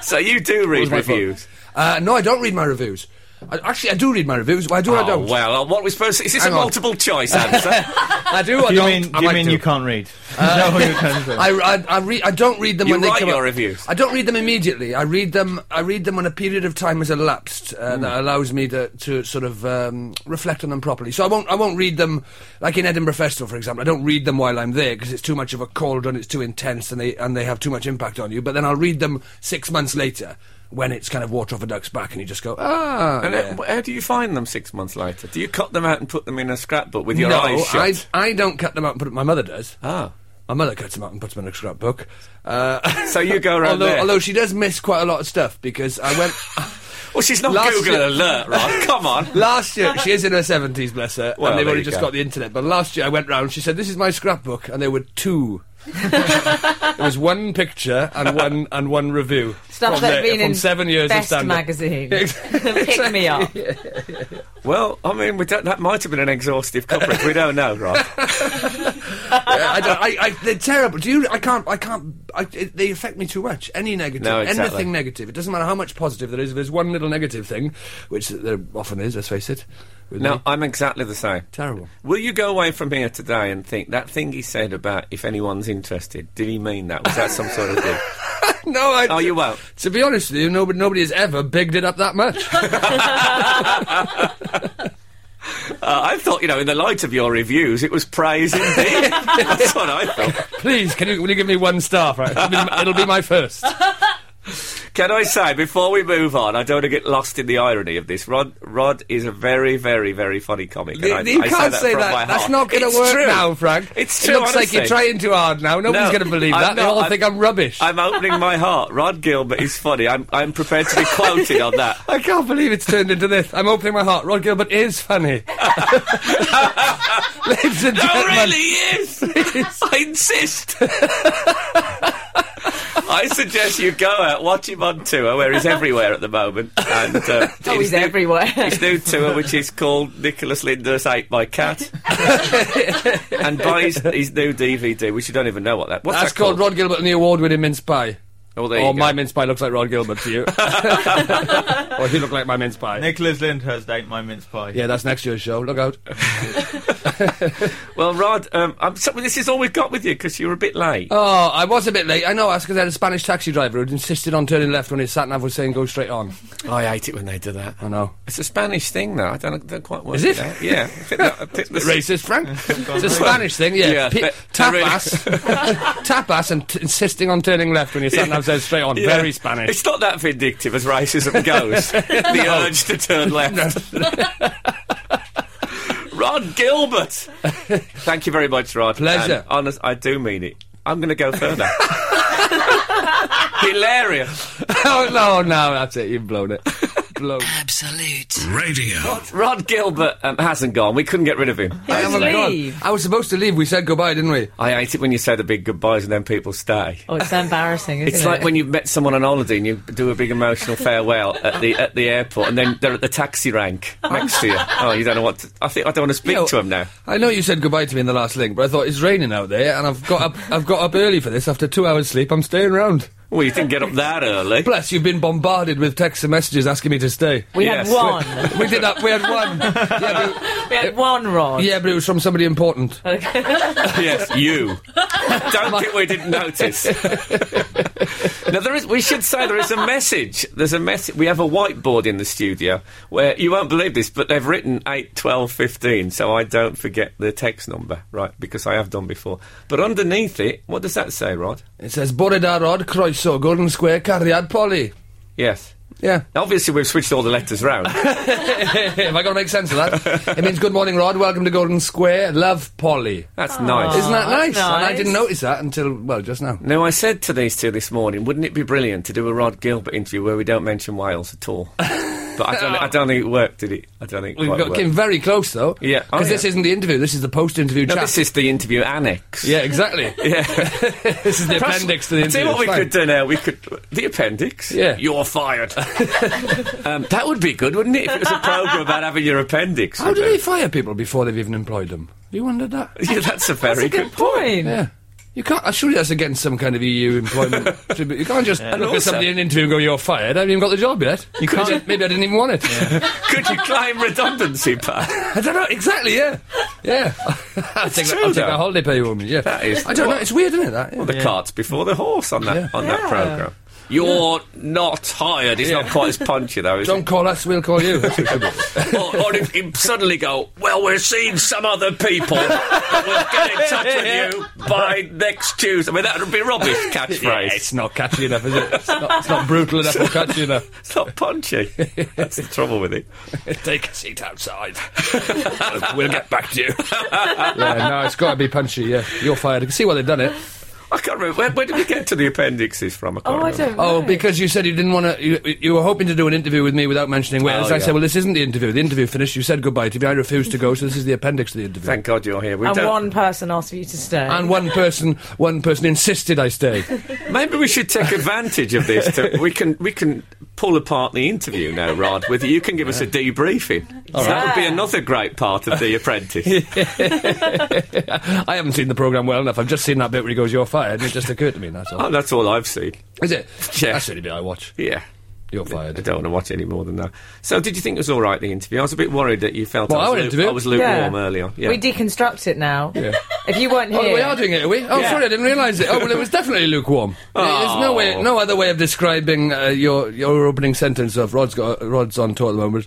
Speaker 3: so you do read
Speaker 8: was my fault.
Speaker 3: reviews.
Speaker 8: Uh, no, I don't read my reviews. I, actually, I do read my reviews. I do. I
Speaker 3: Oh,
Speaker 8: don't.
Speaker 3: well, what we supposed to... Is this
Speaker 8: Hang
Speaker 3: a
Speaker 8: on.
Speaker 3: multiple choice answer?
Speaker 8: I do. I
Speaker 4: do you
Speaker 8: don't.
Speaker 4: mean, do
Speaker 8: I
Speaker 4: you,
Speaker 8: might
Speaker 4: mean
Speaker 8: do.
Speaker 4: you can't read? Is that what you're trying to say?
Speaker 8: I, I, I, re- I don't read them
Speaker 3: You
Speaker 8: when they
Speaker 3: write
Speaker 8: come
Speaker 3: your
Speaker 8: out.
Speaker 3: reviews.
Speaker 8: I don't read them immediately. I read them. I read them when a period of time has elapsed uh,
Speaker 3: Hmm.
Speaker 8: that allows me to, to sort of um, reflect on them properly. So I won't I won't read them like in Edinburgh Festival, for example. I don't read them while I'm there because it's too much of a cauldron. It's too intense, and they and they have too much impact on you. But then I'll read them six months later when it's kind of water off a duck's back, and you just go ah.
Speaker 3: And
Speaker 8: yeah.
Speaker 3: uh, how do you find them six months later? Do you cut them out and put them in a scrapbook with your
Speaker 8: no,
Speaker 3: eyes shut?
Speaker 8: I, I don't cut them out and put them. My mother does.
Speaker 3: Ah.
Speaker 8: My mother cuts them out and puts them in a scrapbook. Uh,
Speaker 3: So you go around
Speaker 8: although,
Speaker 3: there.
Speaker 8: although she does miss quite a lot of stuff because I went
Speaker 3: well, she's not
Speaker 8: last
Speaker 3: Google
Speaker 8: year-
Speaker 3: alert, Rod. Come on.
Speaker 8: last year. She is in her seventies, bless her,
Speaker 3: Well,
Speaker 8: and they've
Speaker 3: there
Speaker 8: only
Speaker 3: you
Speaker 8: just
Speaker 3: go.
Speaker 8: got the internet. But last year I went round. She said, "This is my scrapbook," and there were two. there was one picture and one and one review
Speaker 5: Stuff
Speaker 8: from,
Speaker 5: that
Speaker 8: there,
Speaker 5: been
Speaker 8: from
Speaker 5: in
Speaker 8: seven years
Speaker 5: Best
Speaker 8: of stand
Speaker 5: magazine. Pick me up.
Speaker 3: Well, I mean, we don't, that might have been an exhaustive coverage. we don't know, Rod.
Speaker 8: I don't, I, I, they're terrible. Do you? I can't. I can't. I, it, they affect me too much. Any negative,
Speaker 3: No, exactly.
Speaker 8: anything negative. It doesn't matter how much positive there is. If there's one little negative thing, which there often is. Let's face it. with me.
Speaker 3: No, I'm exactly the same.
Speaker 8: Terrible.
Speaker 3: Will you go away from here today and think that thing he said about if anyone's interested? Did he mean that? Was that some sort of thing?
Speaker 8: no. I,
Speaker 3: Oh, you won't.
Speaker 8: To be honest with you, nobody, nobody has ever bigged it up that much.
Speaker 3: Uh, I thought, you know, in the light of your reviews, it was praise indeed. That's what I thought.
Speaker 8: Please, can you, will you give me one star? For it? It'll, be, my- it'll be my first.
Speaker 3: Can I say, before we move on, I don't want to get lost in the irony of this. Rod Rod is a very, very, very funny comic. and I,
Speaker 8: you
Speaker 3: I say
Speaker 8: can't
Speaker 3: that.
Speaker 8: say
Speaker 3: from
Speaker 8: that.
Speaker 3: my
Speaker 8: That's
Speaker 3: heart.
Speaker 8: not going
Speaker 3: It's
Speaker 8: to work
Speaker 3: true.
Speaker 8: now, Frank.
Speaker 3: It's
Speaker 8: It
Speaker 3: true,
Speaker 8: looks like
Speaker 3: honestly.
Speaker 8: you're trying too hard now. Nobody's
Speaker 3: No,
Speaker 8: going to believe
Speaker 3: I'm
Speaker 8: that. they
Speaker 3: not.
Speaker 8: all
Speaker 3: I'm-
Speaker 8: think I'm rubbish. I,
Speaker 3: I'm opening my heart. Rod Gilbert is funny. I'm, I'm prepared to be quoted on that.
Speaker 8: can't believe it's turned into this. I'm opening my heart. Rod Gilbert is funny. Ladies and
Speaker 3: No,
Speaker 8: gentlemen.
Speaker 3: really is. I insist. I suggest you go out, watch him on tour, where he's everywhere at the moment. And, uh,
Speaker 5: Oh,
Speaker 3: his
Speaker 5: he's
Speaker 3: new-
Speaker 5: everywhere.
Speaker 3: His new tour, which is called Nicholas Linders Ate My Cat, and buy his, his new DVD, which you don't even know what that. What's
Speaker 8: That's
Speaker 3: that
Speaker 8: called Rod Gilbert and the award-winning mince pie.
Speaker 3: Oh, there you
Speaker 8: Or
Speaker 3: go.
Speaker 8: my mince pie looks like Rod Gilbert to you. or you look like my mince pie.
Speaker 4: Nicholas Lyndhurst ate my mince pie.
Speaker 8: Yeah, that's next year's show. Look out.
Speaker 3: Well, Rod, um, I'm sorry, this is all we've got with you because you're a bit late.
Speaker 8: Oh, I was a bit late. I know, that's because I had a Spanish taxi driver who'd insisted on turning left when his sat nav was saying go straight on.
Speaker 3: I hate it when they do that.
Speaker 8: I know.
Speaker 3: It's a Spanish thing, though. I don't, don't quite work
Speaker 8: Is
Speaker 3: it
Speaker 8: it?
Speaker 3: out. Yeah, I think that- I think this-
Speaker 8: Racist, Frank. it's a Spanish thing, yeah.
Speaker 3: Yeah,
Speaker 8: Pe-
Speaker 3: but-
Speaker 8: tapas. tapas and t- insisting on turning left when your sat nav says straight on.
Speaker 3: Yeah.
Speaker 8: Very Spanish.
Speaker 3: It's not that vindictive as racism goes. the urge to turn left. Rod Gilbert. Thank you very much, Rod.
Speaker 8: Pleasure.
Speaker 3: And honest, I do mean it. I'm going to go further. Hilarious.
Speaker 8: oh, no, no, that's it. You've blown it. blown.
Speaker 7: Absolute.
Speaker 9: Radio.
Speaker 3: Rod Gilbert um, hasn't gone. We couldn't get rid of him.
Speaker 8: I haven't gone.
Speaker 5: leave.
Speaker 8: I was supposed to leave. We said goodbye, didn't we?
Speaker 3: I hate it when you say the big goodbyes and then people stay.
Speaker 5: Oh, it's so embarrassing, isn't
Speaker 3: It's
Speaker 5: it?
Speaker 3: like when you've met someone on holiday and you do a big emotional farewell at the at the airport, and then they're at the taxi rank next to you. Oh, you don't know what. To, I think I don't want to speak
Speaker 8: You know,
Speaker 3: to them now.
Speaker 8: I know you said goodbye to me in the last link, but I thought it's raining out there, and I've got up. I've got up early for this. After two hours sleep, I'm staying round.
Speaker 3: Well, Oh, you didn't get up that early.
Speaker 8: Bless, you've been bombarded with texts and messages asking me to stay.
Speaker 5: we
Speaker 3: Yes.
Speaker 5: had one.
Speaker 8: we did that. We had one. Yeah,
Speaker 5: we had one Rod.
Speaker 8: but, yeah, but it was from somebody important.
Speaker 3: yes, you. Don't think we didn't notice. now there is. We should say there is a message. There's a message. We have a whiteboard in the studio where you won't believe this, but they've written eight, twelve, fifteen, so I don't forget the text number, right? Because I have done before. But underneath it, what does that say, Rod?
Speaker 8: It says Boredarod, Croeso, Golden Square, Cariad, Polly.
Speaker 3: Yes.
Speaker 8: Yeah,
Speaker 3: Obviously, we've switched all the letters round.
Speaker 8: have I got to make sense of that? it means good morning, Rod. Welcome to Golden Square. Love, Polly.
Speaker 3: That's nice.
Speaker 8: Isn't that nice?
Speaker 5: that's
Speaker 8: And I
Speaker 5: nice.
Speaker 8: didn't notice that until well, just now.
Speaker 3: Now, I said to these two this morning, wouldn't it be brilliant to do a Rod Gilbert interview where we don't mention Wales at all? but I don't, I don't think it worked, did it? I don't think it
Speaker 8: We've
Speaker 3: quite
Speaker 8: got,
Speaker 3: worked.
Speaker 8: came very close though.
Speaker 3: Yeah. Oh,
Speaker 8: because this
Speaker 3: yeah.
Speaker 8: isn't the interview. This is the post-interview
Speaker 3: no,
Speaker 8: chat.
Speaker 3: this is the interview annex.
Speaker 8: yeah, exactly.
Speaker 3: Yeah.
Speaker 8: this is the appendix to the interview.
Speaker 3: See what we
Speaker 8: It's fine.
Speaker 3: could do now? We could the appendix.
Speaker 8: Yeah.
Speaker 3: you're fired. um, that would be good, wouldn't it? If it was a program about having your appendix.
Speaker 8: How do they
Speaker 3: removed.
Speaker 8: fire people before they've even employed them? Have you wondered that?
Speaker 3: Yeah, that's a very
Speaker 5: That's a good point.
Speaker 8: Yeah. You can't. uh, Surely that's against some kind of EU employment. tribute. you can't just look
Speaker 3: also-
Speaker 8: at somebody in an interview and go, "You're fired." I haven't even got the job yet. You
Speaker 4: can't-
Speaker 8: Maybe I didn't even want it.
Speaker 3: Could you claim redundancy, Pat?
Speaker 8: I don't know exactly. Yeah, yeah. I'll take,
Speaker 3: true,
Speaker 8: I'll take
Speaker 3: though.
Speaker 8: a holiday pay woman. Yeah,
Speaker 3: That is-
Speaker 8: I don't know. It's weird, isn't it? That. Yeah.
Speaker 3: the cart's before the horse on that
Speaker 8: Yeah.
Speaker 3: on that program. You're not hired. It's not quite as punchy though. Is
Speaker 8: Don't
Speaker 3: it?
Speaker 8: call us. We'll call you.
Speaker 3: or, or if you suddenly go, well, we're seeing some other people. but we'll get in touch with you by next Tuesday. I mean, that would be rubbish catchphrase.
Speaker 8: it's not catchy enough, is it? It's not, it's not brutal enough or catchy enough.
Speaker 3: It's not punchy. That's the trouble with it.
Speaker 8: Take a seat outside. we'll get back to you. yeah, no, it's got to be punchy. Yeah, you're fired. You can see why they've done it.
Speaker 3: I can't remember. Where, where did we get to the appendixes from? I can't
Speaker 5: Oh, I
Speaker 3: remember.
Speaker 5: don't know.
Speaker 8: Oh, because you said you didn't want to. You, you were hoping to do an interview with me without mentioning Wales.
Speaker 3: Oh,
Speaker 8: I
Speaker 3: yeah.
Speaker 8: said, well, this isn't the interview. The interview finished. You said goodbye to me. I refused to go, so this is the appendix to the interview.
Speaker 3: Thank God you're here. We
Speaker 5: and
Speaker 3: don't-
Speaker 5: one person asked for you to stay.
Speaker 8: and one person, one person insisted I stay.
Speaker 3: Maybe we should take advantage of this. To, we can we can pull apart the interview now, Rod. With you can give us a debriefing. That would be
Speaker 5: Yeah.
Speaker 3: another great part of The Apprentice.
Speaker 8: I haven't seen the programme well enough. I've just seen that bit where he goes, "You're fired," and it just occurred to me. That's all.
Speaker 3: Oh, that's all I've seen.
Speaker 8: Is it?
Speaker 3: Yeah.
Speaker 8: That's the only bit I watch.
Speaker 3: Yeah.
Speaker 8: You're
Speaker 3: I
Speaker 8: fired.
Speaker 3: don't want to watch any more than that. So, did you think it was all right the interview? I was a bit worried that you felt
Speaker 8: Well,
Speaker 3: I,
Speaker 8: our
Speaker 3: was
Speaker 8: interview?
Speaker 3: I was lukewarm early on. Yeah.
Speaker 5: We deconstruct it now. If you weren't here,
Speaker 8: Oh, we are doing it, are we? Oh,
Speaker 3: Yeah.
Speaker 8: sorry, I didn't realise it. Oh, well, it was definitely lukewarm. Yeah, There's no
Speaker 3: Oh.
Speaker 8: way, no other way of describing uh, your your opening sentence of Rod's got, Rod's on tour at the moment.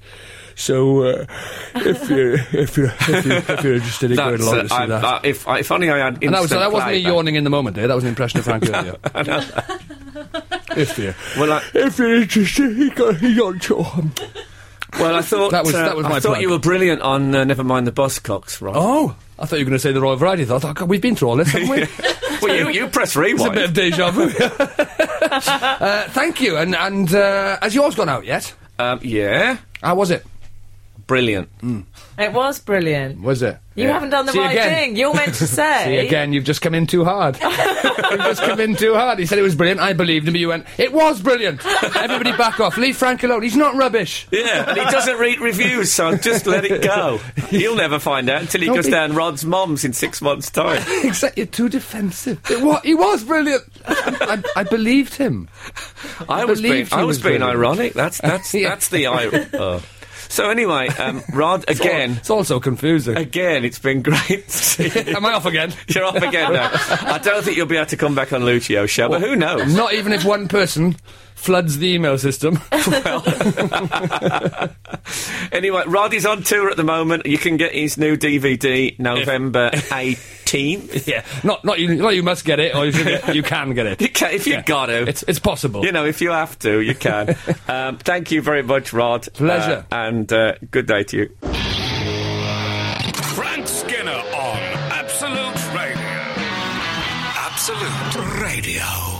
Speaker 8: So uh, if you're if you're if you're, if you're interested in going
Speaker 3: That's,
Speaker 8: along
Speaker 3: uh,
Speaker 8: to see
Speaker 3: I,
Speaker 8: that.
Speaker 3: uh, if, I- if only I had
Speaker 8: and
Speaker 3: instant
Speaker 8: that was, that wasn't me
Speaker 3: playback.
Speaker 8: yawning in the moment, eh? That was an impression of Frank earlier. if you
Speaker 3: Well, I,
Speaker 8: if you're interested, he got he got your um,
Speaker 3: well, I thought
Speaker 8: That was-
Speaker 3: uh,
Speaker 8: that was
Speaker 3: I
Speaker 8: my
Speaker 3: thought
Speaker 8: plug.
Speaker 3: you were brilliant on uh, Never Mind the Buzzcocks, right?
Speaker 8: Oh, I thought you were going to say the royal variety. I thought oh, God, we've been through all this, haven't we?
Speaker 3: well, you, you press
Speaker 8: Oh. It's a
Speaker 3: rewind.
Speaker 8: bit of deja vu. uh, thank you, and and uh, has yours gone out yet?
Speaker 3: um, yeah,
Speaker 8: How was it?
Speaker 3: brilliant.
Speaker 5: It was brilliant.
Speaker 8: Was it?
Speaker 5: You haven't done the
Speaker 8: See you
Speaker 5: right
Speaker 8: again.
Speaker 5: thing. You're meant to say.
Speaker 8: See, again, you've just come in too hard. you've just come in too hard. He said it was brilliant. I believed him, but you went, it was brilliant. Everybody back off. Leave Frank alone. He's not rubbish.
Speaker 3: Yeah, and he doesn't read reviews, so just let it go. He'll never find out until he
Speaker 8: Don't
Speaker 3: goes
Speaker 8: be-
Speaker 3: down Rod's mom's in six months' time.
Speaker 8: Exactly. You're too defensive. It wa- he was brilliant. I, I, I believed him.
Speaker 3: I was being,
Speaker 8: believed he
Speaker 3: I was
Speaker 8: was
Speaker 3: being
Speaker 8: brilliant.
Speaker 3: ironic. That's that's
Speaker 8: Yeah.
Speaker 3: that's the irony. So anyway, um, Rod, again,
Speaker 8: It's all so confusing.
Speaker 3: again, it's been great. to see you.
Speaker 8: Am I off again?
Speaker 3: You're off again now. I don't think you'll be able to come back on Lucio's show, but who knows?
Speaker 8: Not even if one person floods the email system.
Speaker 3: Anyway, Rod is on tour at the moment. You can get his new DVD November 18th.
Speaker 8: yeah. Not not you. Not you must get it, or you, should get, you can get it.
Speaker 3: You can, if you
Speaker 8: Yeah.
Speaker 3: got to.
Speaker 8: It's it's possible.
Speaker 3: you know, if you have to, you can. um, thank you very much, Rod.
Speaker 8: Pleasure.
Speaker 3: Uh, and uh, good day to you.
Speaker 2: Frank Skinner on Absolute Radio.
Speaker 10: Absolute Radio.